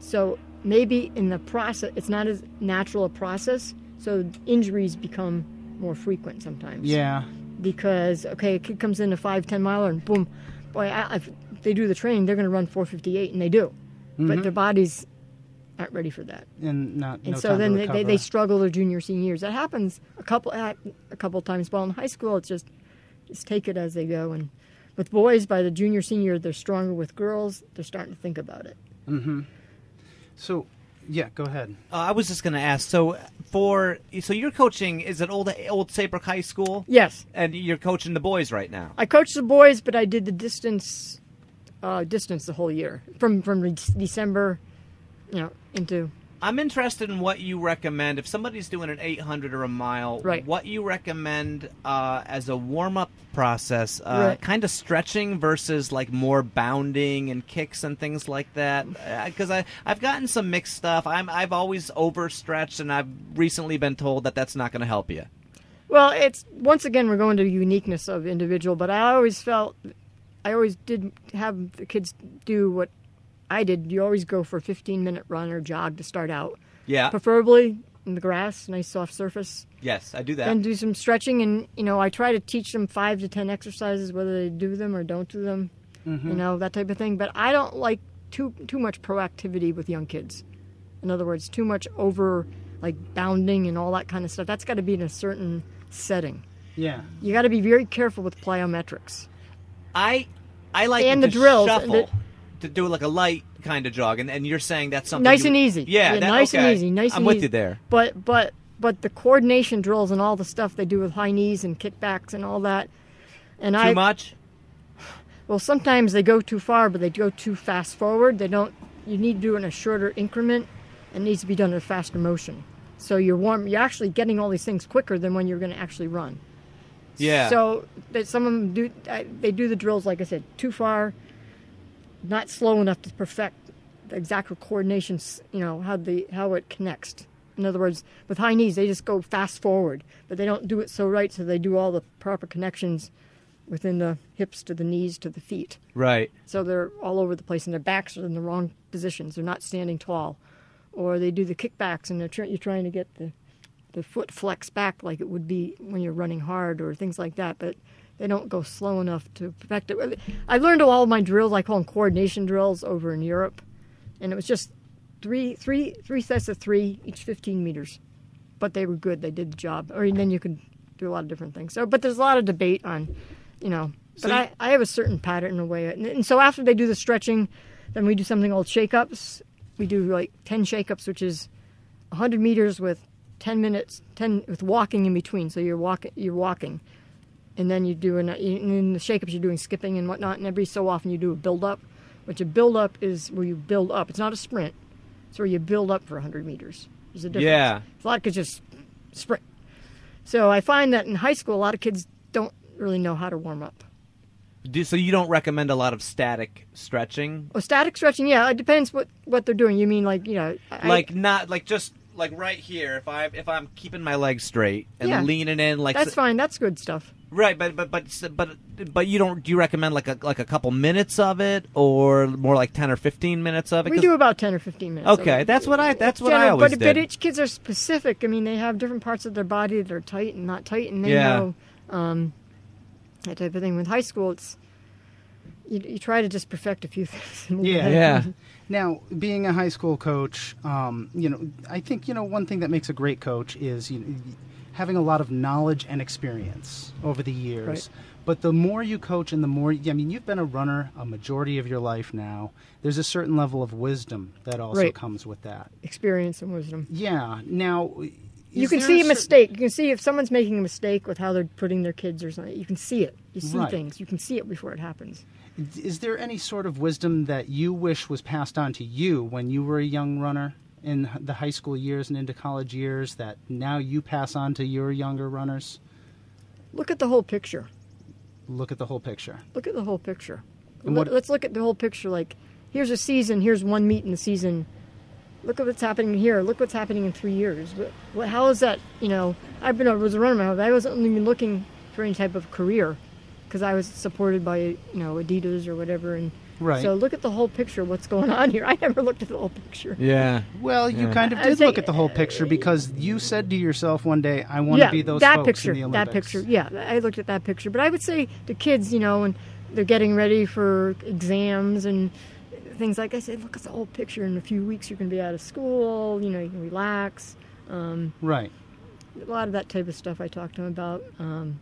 Speaker 4: So maybe in the process, it's not as natural a process, so injuries become more frequent sometimes
Speaker 2: yeah,
Speaker 4: because okay, a kid comes in a five ten miler and boom, boy, I, if they do the training, they're going to run four fifty eight, and they do, but their bodies aren't ready for that,
Speaker 2: and not.
Speaker 4: and
Speaker 2: Mm-hmm. no
Speaker 4: so
Speaker 2: time
Speaker 4: then
Speaker 2: to
Speaker 4: they, they,
Speaker 2: recover.
Speaker 4: they struggle their junior senior years. That happens a couple at a couple times. Well, in high school, it's just just take it as they go, and with boys by the junior senior, they're stronger. With girls, they're starting to think about it.
Speaker 2: So, yeah, go ahead.
Speaker 3: Uh, I was just going to ask. So for so you're coaching is it old old Saybrook High School?
Speaker 4: Yes,
Speaker 3: And you're coaching the boys right now.
Speaker 4: I coached the boys, but I did the distance. Uh, distance the whole year from from December, you know, into
Speaker 3: I'm interested in what you recommend if somebody's doing an 800 or a mile.
Speaker 4: Right.
Speaker 3: What you recommend uh, as a warm up process, uh,
Speaker 4: Right.
Speaker 3: kind of stretching versus like more bounding and kicks and things like that. Because I I've gotten some mixed stuff. I'm I've always overstretched, and I've recently been told that that's not going to help you.
Speaker 4: Well, it's once again we're going to uniqueness of individual, but I always felt I always did have the kids do what I did. You always go for a 15 minute run or jog to start out,
Speaker 3: Yeah.
Speaker 4: preferably in the grass, nice soft surface.
Speaker 3: yes, I do that.
Speaker 4: Then do some stretching, and you know I try to teach them five to ten exercises, whether they do them or don't do them, you know that type of thing. But I don't like too too much proactivity with young kids. In other words, too much over like bounding and all that kind of stuff. That's got to be in a certain setting
Speaker 2: Yeah.
Speaker 4: you got to be very careful with plyometrics.
Speaker 3: I I like
Speaker 4: And
Speaker 3: to
Speaker 4: the drills, and
Speaker 3: shuffle.
Speaker 4: the-
Speaker 3: to to do like a light kind of jog, and, and you're saying that's something
Speaker 4: nice
Speaker 3: you-
Speaker 4: and easy.
Speaker 3: Yeah, that-
Speaker 4: nice
Speaker 3: okay.
Speaker 4: and easy. Nice.
Speaker 3: I'm
Speaker 4: and
Speaker 3: with
Speaker 4: easy.
Speaker 3: you there.
Speaker 4: But but but the coordination drills and all the stuff they do with high knees and kickbacks and all that. And
Speaker 3: Too
Speaker 4: I
Speaker 3: much.
Speaker 4: well sometimes they go too far, but they go too fast forward. They don't. You need to do it in a shorter increment. It needs to be done in a faster motion. So you're warm. You're actually getting all these things quicker than when you're going to actually run.
Speaker 3: Yeah.
Speaker 4: So that some of them do, I- they do the drills like I said, too far, not slow enough to perfect the exact coordination. s- You know how the how it connects. In other words, with high knees, they just go fast forward, but they don't do it so right. So they do all the proper connections within the hips to the knees to the feet.
Speaker 3: right.
Speaker 4: So they're all over the place, and their backs are in the wrong positions. They're not standing tall, or they do the kickbacks, and they're try you're trying to get the the foot flex back like it would be when you're running hard or things like that. But they don't go slow enough to perfect it. I learned all my drills. I call them coordination drills over in Europe, and it was just three three three sets of three, each 15 meters. But they were good. They did the job. Or then you could do a lot of different things. So, but there's a lot of debate on, you know. But I, I have a certain pattern in a way. And, and so after they do the stretching, then we do something called shake-ups. We do like 10 shake-ups, which is 100 meters with 10 minutes 10 with walking in between so you're walking you're walking and then you do an and in the shakeups you're doing skipping and whatnot and every so often you do a build up which a build up is where you build up it's not a sprint it's where you build up for 100 meters there's a difference
Speaker 3: Yeah.
Speaker 4: a lot of kids just sprint so i find that in high school a lot of kids don't really know how to warm up
Speaker 3: Do, so you don't recommend a lot of static stretching,
Speaker 4: well Oh, static stretching yeah it depends what what they're doing you mean like you know I-
Speaker 3: like not like just like right here. If I if I'm keeping my legs straight and
Speaker 4: Yeah.
Speaker 3: leaning in, like
Speaker 4: that's fine that's good stuff
Speaker 3: right. But but but but but you don't. Do you recommend like a like a couple minutes of it, or more like ten or fifteen minutes of it?
Speaker 4: we
Speaker 3: 'Cause-
Speaker 4: do about 10 or 15 minutes of
Speaker 3: Okay,
Speaker 4: it.
Speaker 3: that's what I that's what I
Speaker 4: General-
Speaker 3: always
Speaker 4: but,
Speaker 3: did.
Speaker 4: but each kids are specific. I mean, they have different parts of their body that are tight and not tight, and they
Speaker 3: Yeah.
Speaker 4: know um, that type of thing. With high school, it's you, you try to just perfect a few things.
Speaker 2: Yeah.
Speaker 3: yeah.
Speaker 2: Now, being a high school coach, um, you know, I think you know one thing that makes a great coach is you know, having a lot of knowledge and experience over the years.
Speaker 4: Right.
Speaker 2: But the more you coach, and the more I mean, you've been a runner a majority of your life now. There's a certain level of wisdom that also
Speaker 4: Right.
Speaker 2: comes with that.
Speaker 4: experience and wisdom.
Speaker 2: Yeah. Now,
Speaker 4: you
Speaker 2: is
Speaker 4: can
Speaker 2: there
Speaker 4: see a
Speaker 2: cer-
Speaker 4: mistake. You can see if someone's making a mistake with how they're putting their kids or something. You can see it. You see
Speaker 2: Right.
Speaker 4: things. You can see it before it happens.
Speaker 2: Is there any sort of wisdom that you wish was passed on to you when you were a young runner in h- the high school years and into college years that now you pass on to your younger runners?
Speaker 4: Look at the whole picture.
Speaker 2: Look at the whole picture.
Speaker 4: look at the whole picture.
Speaker 2: And what-
Speaker 4: Let- Let's look at the whole picture. Like, here's a season. Here's one meet in the season. Look at what's happening here. Look what's happening in three years. What, what, how is that? You know, I've been I was a runner. my whole life. I wasn't even looking for any type of career because I was supported by you know Adidas or whatever. And
Speaker 2: Right.
Speaker 4: so look at the whole picture. What's going on here? I never looked at the whole picture.
Speaker 3: Yeah.
Speaker 2: Well, you
Speaker 3: Yeah.
Speaker 2: kind of
Speaker 4: I
Speaker 2: did
Speaker 4: think-
Speaker 2: look at the whole picture because you said to yourself one day, "I want to be those
Speaker 4: that
Speaker 2: folks
Speaker 4: picture,
Speaker 2: in the Olympics."
Speaker 4: that picture. Yeah, I looked at that picture. But I would say the kids, you know, and they're getting ready for exams and things like I said. Look at the whole picture. In a few weeks, you're going to be out of school. You know, you can relax. Um,
Speaker 2: Right.
Speaker 4: a lot of that type of stuff I talk to them about. Um,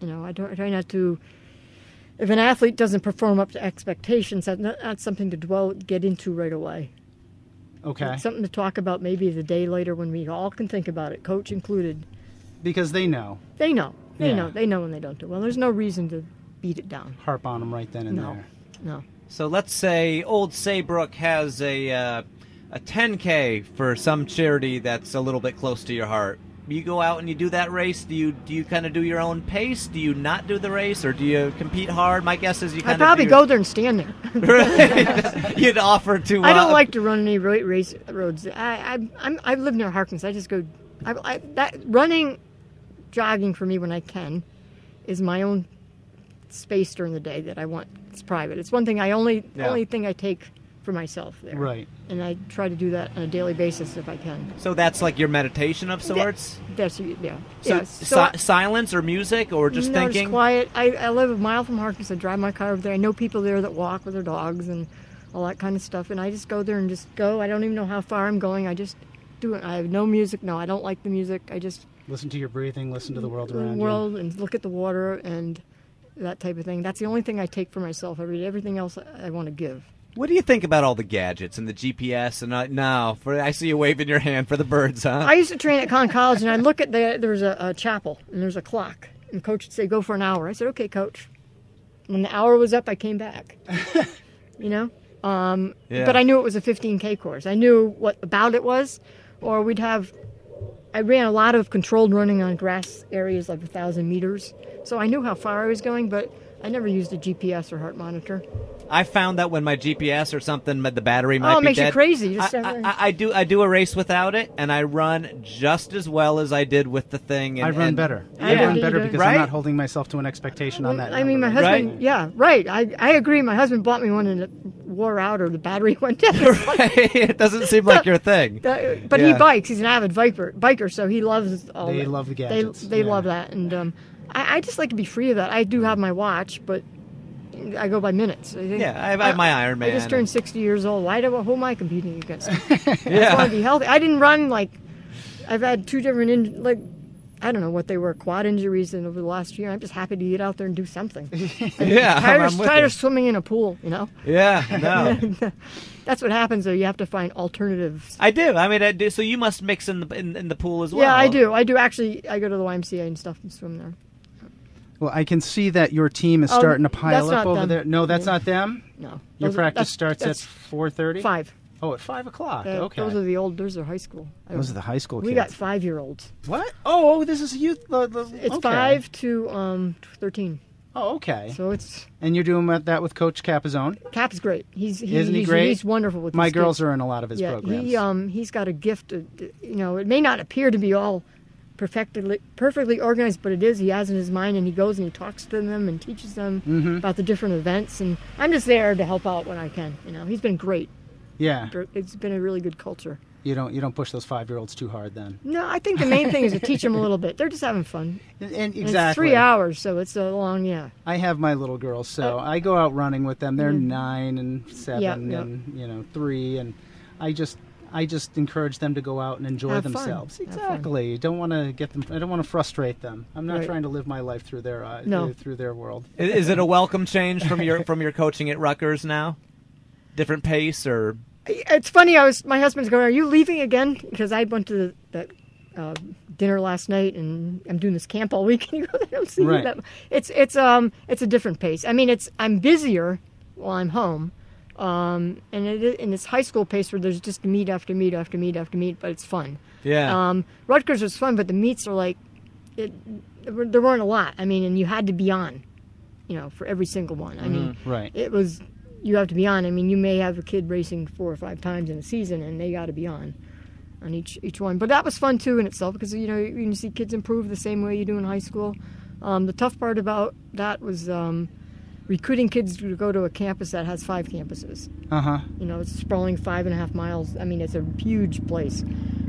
Speaker 4: you know, I don't I try not to. If an athlete doesn't perform up to expectations, that's not, that's something to dwell get into right away.
Speaker 2: Okay.
Speaker 4: It's something to talk about maybe the day later when we all can think about it, coach included.
Speaker 2: because they know.
Speaker 4: They know. They
Speaker 2: Yeah.
Speaker 4: know. They know when they don't do well. There's no reason to beat it down.
Speaker 2: Harp on them right then and
Speaker 4: No.
Speaker 2: there.
Speaker 4: No.
Speaker 3: So let's say old Saybrook has a uh, a 10k for some charity that's a little bit close to your heart. You go out and you do that race. Do you do you kind of do your own pace? Do you not do the race, or do you compete hard? My guess is you
Speaker 4: I
Speaker 3: kind
Speaker 4: probably
Speaker 3: of
Speaker 4: go there and stand there.
Speaker 3: You'd offer to.
Speaker 4: I
Speaker 3: uh,
Speaker 4: don't like to run any ro- race roads. I I I'm, I live near Harkins. I just go. I, I that running, jogging for me when I can, is my own space during the day that I want. It's private. It's one thing I only
Speaker 3: Yeah.
Speaker 4: only thing I take for myself there.
Speaker 2: Right.
Speaker 4: And I try to do that on a daily basis if I can.
Speaker 3: So that's like your meditation of sorts.
Speaker 4: That's yeah.
Speaker 3: So,
Speaker 4: yeah.
Speaker 3: si- silence or music or just
Speaker 4: no,
Speaker 3: thinking.
Speaker 4: It's quiet. I, I live a mile from Harkins. I drive my car over there. I know people there that walk with their dogs and all that kind of stuff. And I just go there and just go. I don't even know how far I'm going. I just do it. I have no music. No, I don't like the music. I just
Speaker 2: Listen to your breathing. Listen to the world
Speaker 4: the
Speaker 2: around you.
Speaker 4: world and look at the water and that type of thing. That's the only thing I take for myself every day. Everything else I, I want to give.
Speaker 3: What do you think about all the gadgets and the GPS and uh, now for I see you waving your hand for the birds, huh?
Speaker 4: I used to train at Con College, and I look at the there was a, a chapel and there's a clock, and coach would say go for an hour. I said okay, coach. When the hour was up, I came back. you know, um,
Speaker 3: Yeah.
Speaker 4: but I knew it was a 15k course. I knew what about it was, or we'd have. I ran a lot of controlled running on grass areas like a thousand meters, so I knew how far I was going, but I never used a GPS or heart monitor.
Speaker 3: I found that when my GPS or something, the battery might
Speaker 4: Oh, it
Speaker 3: be
Speaker 4: makes you
Speaker 3: dead.
Speaker 4: crazy. You
Speaker 3: I,
Speaker 4: just have to-
Speaker 3: I- I do. I do a race without it, and I run just as well as I did with the thing. And,
Speaker 2: I run
Speaker 3: and-
Speaker 2: better.
Speaker 4: Yeah.
Speaker 2: I run
Speaker 4: Yeah.
Speaker 2: better because
Speaker 3: Right?
Speaker 2: I'm not holding myself to an expectation on that.
Speaker 4: I mean, my
Speaker 2: number.
Speaker 4: husband.
Speaker 3: Right.
Speaker 4: Yeah, right. I, I agree. My husband bought me one and it wore out or the battery went dead. It's like-
Speaker 3: it doesn't seem like your thing.
Speaker 4: that- Uh, but he
Speaker 3: Yeah.
Speaker 4: bikes. He's an avid biker, biker, so he loves all.
Speaker 2: They
Speaker 4: that.
Speaker 2: love the
Speaker 4: They-
Speaker 2: gadgets,
Speaker 4: They,
Speaker 2: yeah.
Speaker 4: love that, and um, I, I just like to be free of that. I do have my watch, but I go by minutes. I think-
Speaker 3: Yeah, I have- I have my Iron
Speaker 4: I just
Speaker 3: Man.
Speaker 4: turned sixty years old. Why do who am I competing against? I just want to
Speaker 3: Yeah.
Speaker 4: be healthy. I didn't run like I've had two different in, like I don't know what they were quad injuries in over the last year. I'm just happy to get out there and do something.
Speaker 3: Yeah,
Speaker 4: tired,
Speaker 3: I'm
Speaker 4: of,
Speaker 3: with
Speaker 4: tired
Speaker 3: you.
Speaker 4: of swimming in a pool. You know,
Speaker 3: Yeah, no,
Speaker 4: that's what happens. Though you have to find alternatives.
Speaker 3: I do. I mean, I do. So you must mix in the in, in the pool as well.
Speaker 4: Yeah, I do. I do actually. I go to the YMCA and stuff and swim there.
Speaker 2: Well, I can see that your team is
Speaker 4: Oh,
Speaker 2: starting to
Speaker 4: that's
Speaker 2: pile up
Speaker 4: not
Speaker 2: over
Speaker 4: them.
Speaker 2: there. No, that's
Speaker 4: Yeah.
Speaker 2: not them.
Speaker 4: No,
Speaker 2: Your
Speaker 4: Those are-
Speaker 2: practice
Speaker 4: that's-
Speaker 2: starts at
Speaker 4: that's
Speaker 2: four thirty.
Speaker 4: five.
Speaker 2: Oh, at five o'clock.
Speaker 4: That-
Speaker 2: okay.
Speaker 4: Those are the old. Those are high school. I
Speaker 2: Those
Speaker 4: don't-
Speaker 2: are the high school
Speaker 4: We
Speaker 2: kids.
Speaker 4: got five year olds.
Speaker 2: what? Oh, oh, this is youth. the- the-
Speaker 4: It's
Speaker 2: okay.
Speaker 4: five to um thirteen.
Speaker 2: Oh, okay.
Speaker 4: So it's
Speaker 2: and you're doing that- that with Coach Capizone.
Speaker 4: Cap's great. He's he,
Speaker 2: Isn't he
Speaker 4: he's,
Speaker 2: great?
Speaker 4: He's wonderful with
Speaker 2: My
Speaker 4: these
Speaker 2: girls
Speaker 4: kids.
Speaker 2: are in a lot of his
Speaker 4: yeah.
Speaker 2: programs.
Speaker 4: He um he's got a gift. Of, you know, it may not appear to be all perfectly perfectly organized, but it is. He has in his mind, and he goes and he talks to them and teaches them
Speaker 2: Mm-hmm.
Speaker 4: about the different events. And I'm just there to help out when I can. You know, he's been great.
Speaker 2: yeah.
Speaker 4: It's been a really good culture.
Speaker 2: You don't you don't push those five year olds too hard then.
Speaker 4: No, I think the main thing is to teach them a little bit. They're just having fun.
Speaker 2: And, and
Speaker 4: And
Speaker 2: exactly.
Speaker 4: It's three hours, so it's a long, yeah.
Speaker 2: I have my little girls, so I go out running with them. They're nine and seven
Speaker 4: Uh, mm-hmm. yeah.
Speaker 2: and you know three, and I just I just encourage them to go out and enjoy
Speaker 4: Have fun.
Speaker 2: themselves.
Speaker 4: Have fun.
Speaker 2: Exactly. Don't want to get them. I don't want to frustrate them. I'm not
Speaker 4: Right.
Speaker 2: trying to live my life through their uh,
Speaker 4: No.
Speaker 2: through, through their world.
Speaker 3: I- Is it a welcome change from your from your coaching at Rutgers now? Different pace or
Speaker 4: It's funny. I was my husband's going, "Are you leaving again?" Because I went to the, that uh, dinner last night, and I'm doing this camp all week. And he goes, "I don't see
Speaker 2: Right.
Speaker 4: you that." mu-" It's it's um it's a different pace. I mean, it's I'm busier while I'm home, um, and it i- and it's high school pace where there's just meet after meet after meet after meet, but it's fun.
Speaker 3: yeah.
Speaker 4: Um, Rutgers was fun, but the meets are like, it, there were- there weren't a lot. I mean, and you had to be on, you know, for every single one. I mean,
Speaker 2: Right.
Speaker 4: it was, you have to be on. I mean, you may have a kid racing four or five times in a season, and they got to be on, on each each one. But that was fun too in itself because you know you can see kids improve the same way you do in high school. Um, the tough part about that was um, recruiting kids to go to a campus that has five campuses
Speaker 2: Uh huh.
Speaker 4: you know, it's sprawling five and a half miles. I mean, it's a huge place.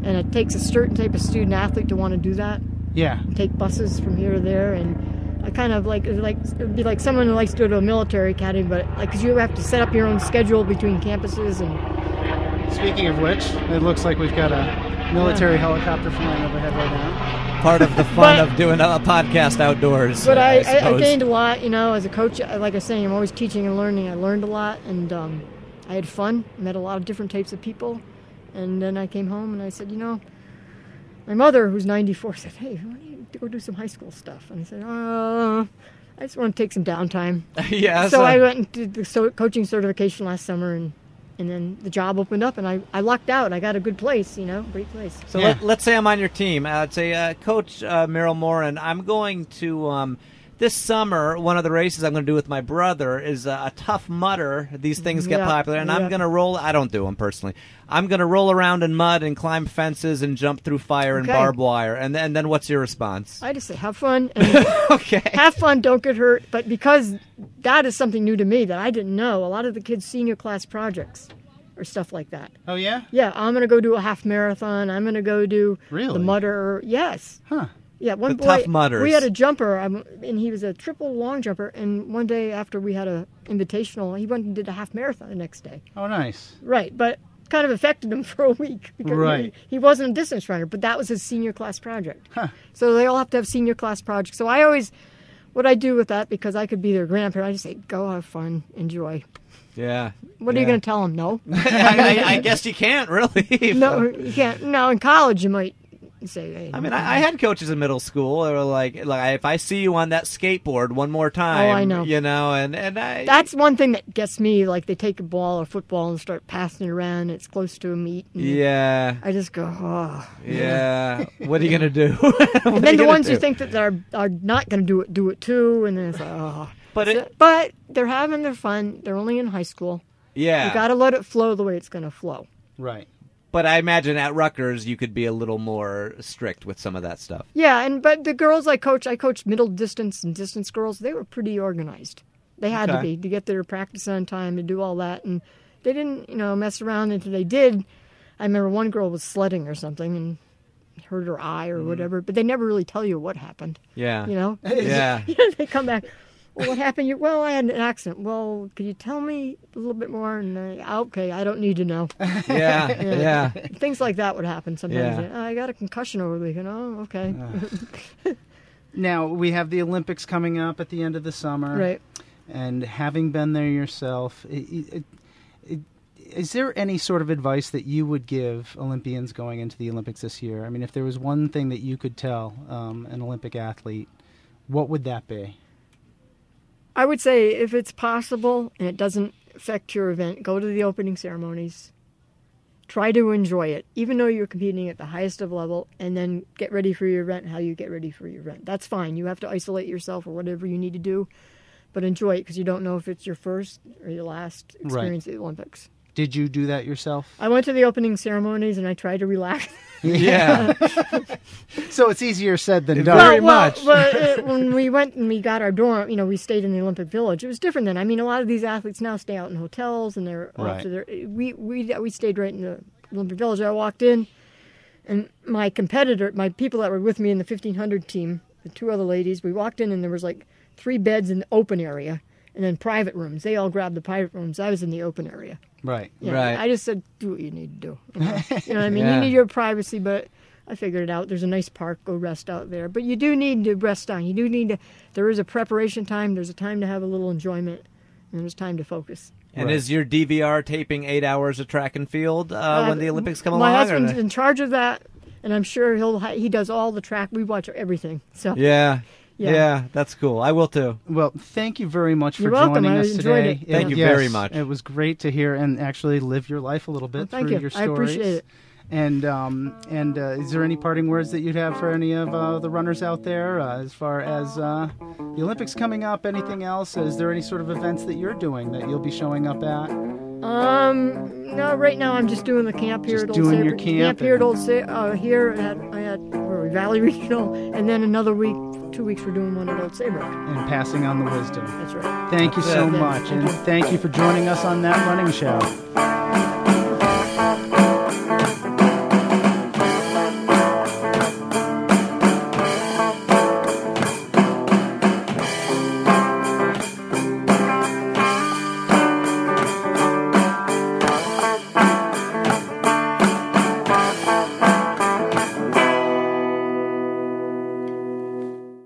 Speaker 4: And it takes a certain type of student athlete to want to do that,
Speaker 2: Yeah.
Speaker 4: take buses from here to there. And I kind of like, it's like it would be like someone who likes to go to a military academy, but like, because you have to set up your own schedule between campuses. And
Speaker 2: Speaking of which, it looks like we've got a military helicopter flying overhead right now.
Speaker 3: Part of the fun
Speaker 4: Um, but-
Speaker 3: of doing a podcast outdoors.
Speaker 4: But I, I, I
Speaker 3: suppose.
Speaker 4: gained a lot, you know, as a coach. I- Like I was saying, I'm always teaching and learning. I learned a lot and um, I had fun, met a lot of different types of people. And then I came home and I said, you know, my mother, who's 94, said, Hey, why don't you go do some high school stuff? And I said, Uh, I just want to take some downtime.
Speaker 3: yeah.
Speaker 4: so
Speaker 3: so-
Speaker 4: I went and did the so- coaching certification last summer, and, and then the job opened up, and I, I lucked out. I got a good place, you know, great place.
Speaker 3: So
Speaker 2: Yeah.
Speaker 3: let, let's say I'm on your team. I'd say, uh, Coach uh, Merrill Morin, I'm going to um, this summer. One of the races I'm going to do with my brother is uh, a tough mutter. These things get
Speaker 4: Yeah,
Speaker 3: popular, and I'm
Speaker 4: yeah.
Speaker 3: going to roll. I don't do them personally. I'm going to roll around in mud and climb fences and jump through fire and
Speaker 4: Okay.
Speaker 3: barbed wire. And then, and then what's your response?
Speaker 4: I just say, have fun. And
Speaker 3: okay.
Speaker 4: have fun, don't get hurt. But because that is something new to me that I didn't know, a lot of the kids' senior class projects or stuff like that.
Speaker 2: Oh yeah.
Speaker 4: Yeah, I'm gonna go do a half marathon. I'm gonna go do
Speaker 2: Really?
Speaker 4: the mutter. Yes.
Speaker 2: Huh.
Speaker 4: Yeah, one
Speaker 3: The
Speaker 4: boy.
Speaker 3: tough mutters.
Speaker 4: We had a jumper, um, and he was a triple long jumper. And one day after we had a invitational, he went and did a half marathon the next day.
Speaker 2: Oh nice.
Speaker 4: Right, but kind of affected him for a week because he-
Speaker 2: Right.
Speaker 4: he, wasn't a distance runner, but that was his senior class project. So they all have to have senior class projects. So I always what I do with that because I could be their grandparent. I just say, go have fun, enjoy.
Speaker 3: Yeah.
Speaker 4: What are you going to tell them? No,
Speaker 3: I, I, I guess you can't really.
Speaker 4: no, you can't. No, in college you might say, hey,
Speaker 3: I mean, I, I had coaches in middle school that were like, like if I see you on that skateboard one more time,
Speaker 4: Oh, I know.
Speaker 3: you know, and and I,
Speaker 4: That's one thing that gets me. Like they take a ball or football and start passing it around. And it's close to a meet. And
Speaker 3: yeah,
Speaker 4: I just go, oh.
Speaker 3: yeah. What are you gonna do? What are
Speaker 4: And then
Speaker 3: you
Speaker 4: the
Speaker 3: gonna
Speaker 4: ones
Speaker 3: do?
Speaker 4: you think that are are not going to do it, do it too, and then it's like, oh.
Speaker 3: But
Speaker 4: So-
Speaker 3: it-
Speaker 4: but they're having their fun. They're only in high school.
Speaker 3: yeah,
Speaker 4: You got to let it flow the way it's going to flow.
Speaker 2: Right.
Speaker 3: but I imagine at Rutgers you could be a little more strict with some of that stuff.
Speaker 4: Yeah, and but the girls I coach, I coached middle distance and distance girls. They were pretty organized. They had to
Speaker 3: Okay.
Speaker 4: be to get their practice on time to do all that, and they didn't, you know, mess around until they did. I remember one girl was sledding or something and hurt her eye
Speaker 3: Mm.
Speaker 4: or whatever, but they never really tell you what happened.
Speaker 3: Yeah,
Speaker 4: You know,
Speaker 3: yeah,
Speaker 4: they come back. Well, what happened? You, well, I had an accident. Well, could you tell me a little bit more? And they, "Ah, okay, I don't need to know.
Speaker 3: yeah, yeah.
Speaker 4: Things like that would happen sometimes.
Speaker 3: Yeah.
Speaker 4: "Oh, I got a concussion over the weekend. Oh, okay,
Speaker 2: Now we have the Olympics coming up at the end of the summer,
Speaker 4: right.
Speaker 2: And having been there yourself, i- i- it- it- is there any sort of advice that you would give Olympians going into the Olympics this year? I mean, if there was one thing that you could tell um, an Olympic athlete, what would that be?
Speaker 4: I would say if it's possible and it doesn't affect your event, go to the opening ceremonies. Try to enjoy it, even though you're competing at the highest of level, and then get ready for your event how you get ready for your event. That's fine. You have to isolate yourself or whatever you need to do, but enjoy it because you don't know if it's your first or your last experience at the Olympics.
Speaker 2: Did you do that yourself?
Speaker 4: I went to the opening ceremonies and I tried to relax.
Speaker 3: Yeah.
Speaker 2: So it's easier said than done.
Speaker 3: Very much.
Speaker 4: Well, uh, when we went and we got our dorm, you know, we stayed in the Olympic Village. It was different then. I mean, a lot of these athletes now stay out in hotels and they're
Speaker 2: Right.
Speaker 4: off to their. We we we stayed right in the Olympic Village. I walked in, and my competitor, my people that were with me in the 1500 team, the two other ladies, we walked in and there was like three beds in the open area, and then private rooms. They all grabbed the private rooms. I was in the open area.
Speaker 2: Right.
Speaker 4: Yeah,
Speaker 3: Right.
Speaker 4: I just said, do what you need to do. You know, You know what I mean?
Speaker 3: Yeah.
Speaker 4: You need your privacy, but I figured it out. There's a nice park, go rest out there. But you do need to rest down. You do need to, there is a preparation time, there's a time to have a little enjoyment, and there's time to focus.
Speaker 3: and
Speaker 2: Right.
Speaker 3: is your DVR taping eight hours of track and field uh, when the Olympics come along?
Speaker 4: My
Speaker 3: or
Speaker 4: husband's
Speaker 3: no?
Speaker 4: in charge of that, and I'm sure he'll, ha- he does all the track. We watch everything. So
Speaker 3: Yeah.
Speaker 4: Yeah.
Speaker 3: yeah, that's cool. I will too.
Speaker 2: Well, thank you very much for
Speaker 4: You're welcome.
Speaker 2: joining
Speaker 4: I
Speaker 2: us
Speaker 4: enjoyed
Speaker 2: today.
Speaker 4: it.
Speaker 3: Thank you very much.
Speaker 2: It was great to hear and actually live your life a little bit
Speaker 4: Well, thank
Speaker 2: through
Speaker 4: you.
Speaker 2: your
Speaker 4: I
Speaker 2: stories.
Speaker 4: appreciate it.
Speaker 2: And um, and uh, is there any parting words that you'd have for any of uh, the runners out there uh, as far as uh, the Olympics coming up? Anything else? Is there any sort of events that you're doing that you'll be showing up at?
Speaker 4: Um, no, right now I'm just doing the camp here
Speaker 2: Just
Speaker 4: at Old
Speaker 2: doing
Speaker 4: Saybrook-
Speaker 2: your camp
Speaker 4: here at
Speaker 2: and-
Speaker 4: Old Sa- uh, here at I had where are we, Valley Regional, and then another week, two weeks we're doing one at Old Saybrook.
Speaker 2: And passing on the wisdom.
Speaker 4: That's right.
Speaker 2: Thank you so
Speaker 3: That's it.
Speaker 2: much, and thank you for joining us on that running show.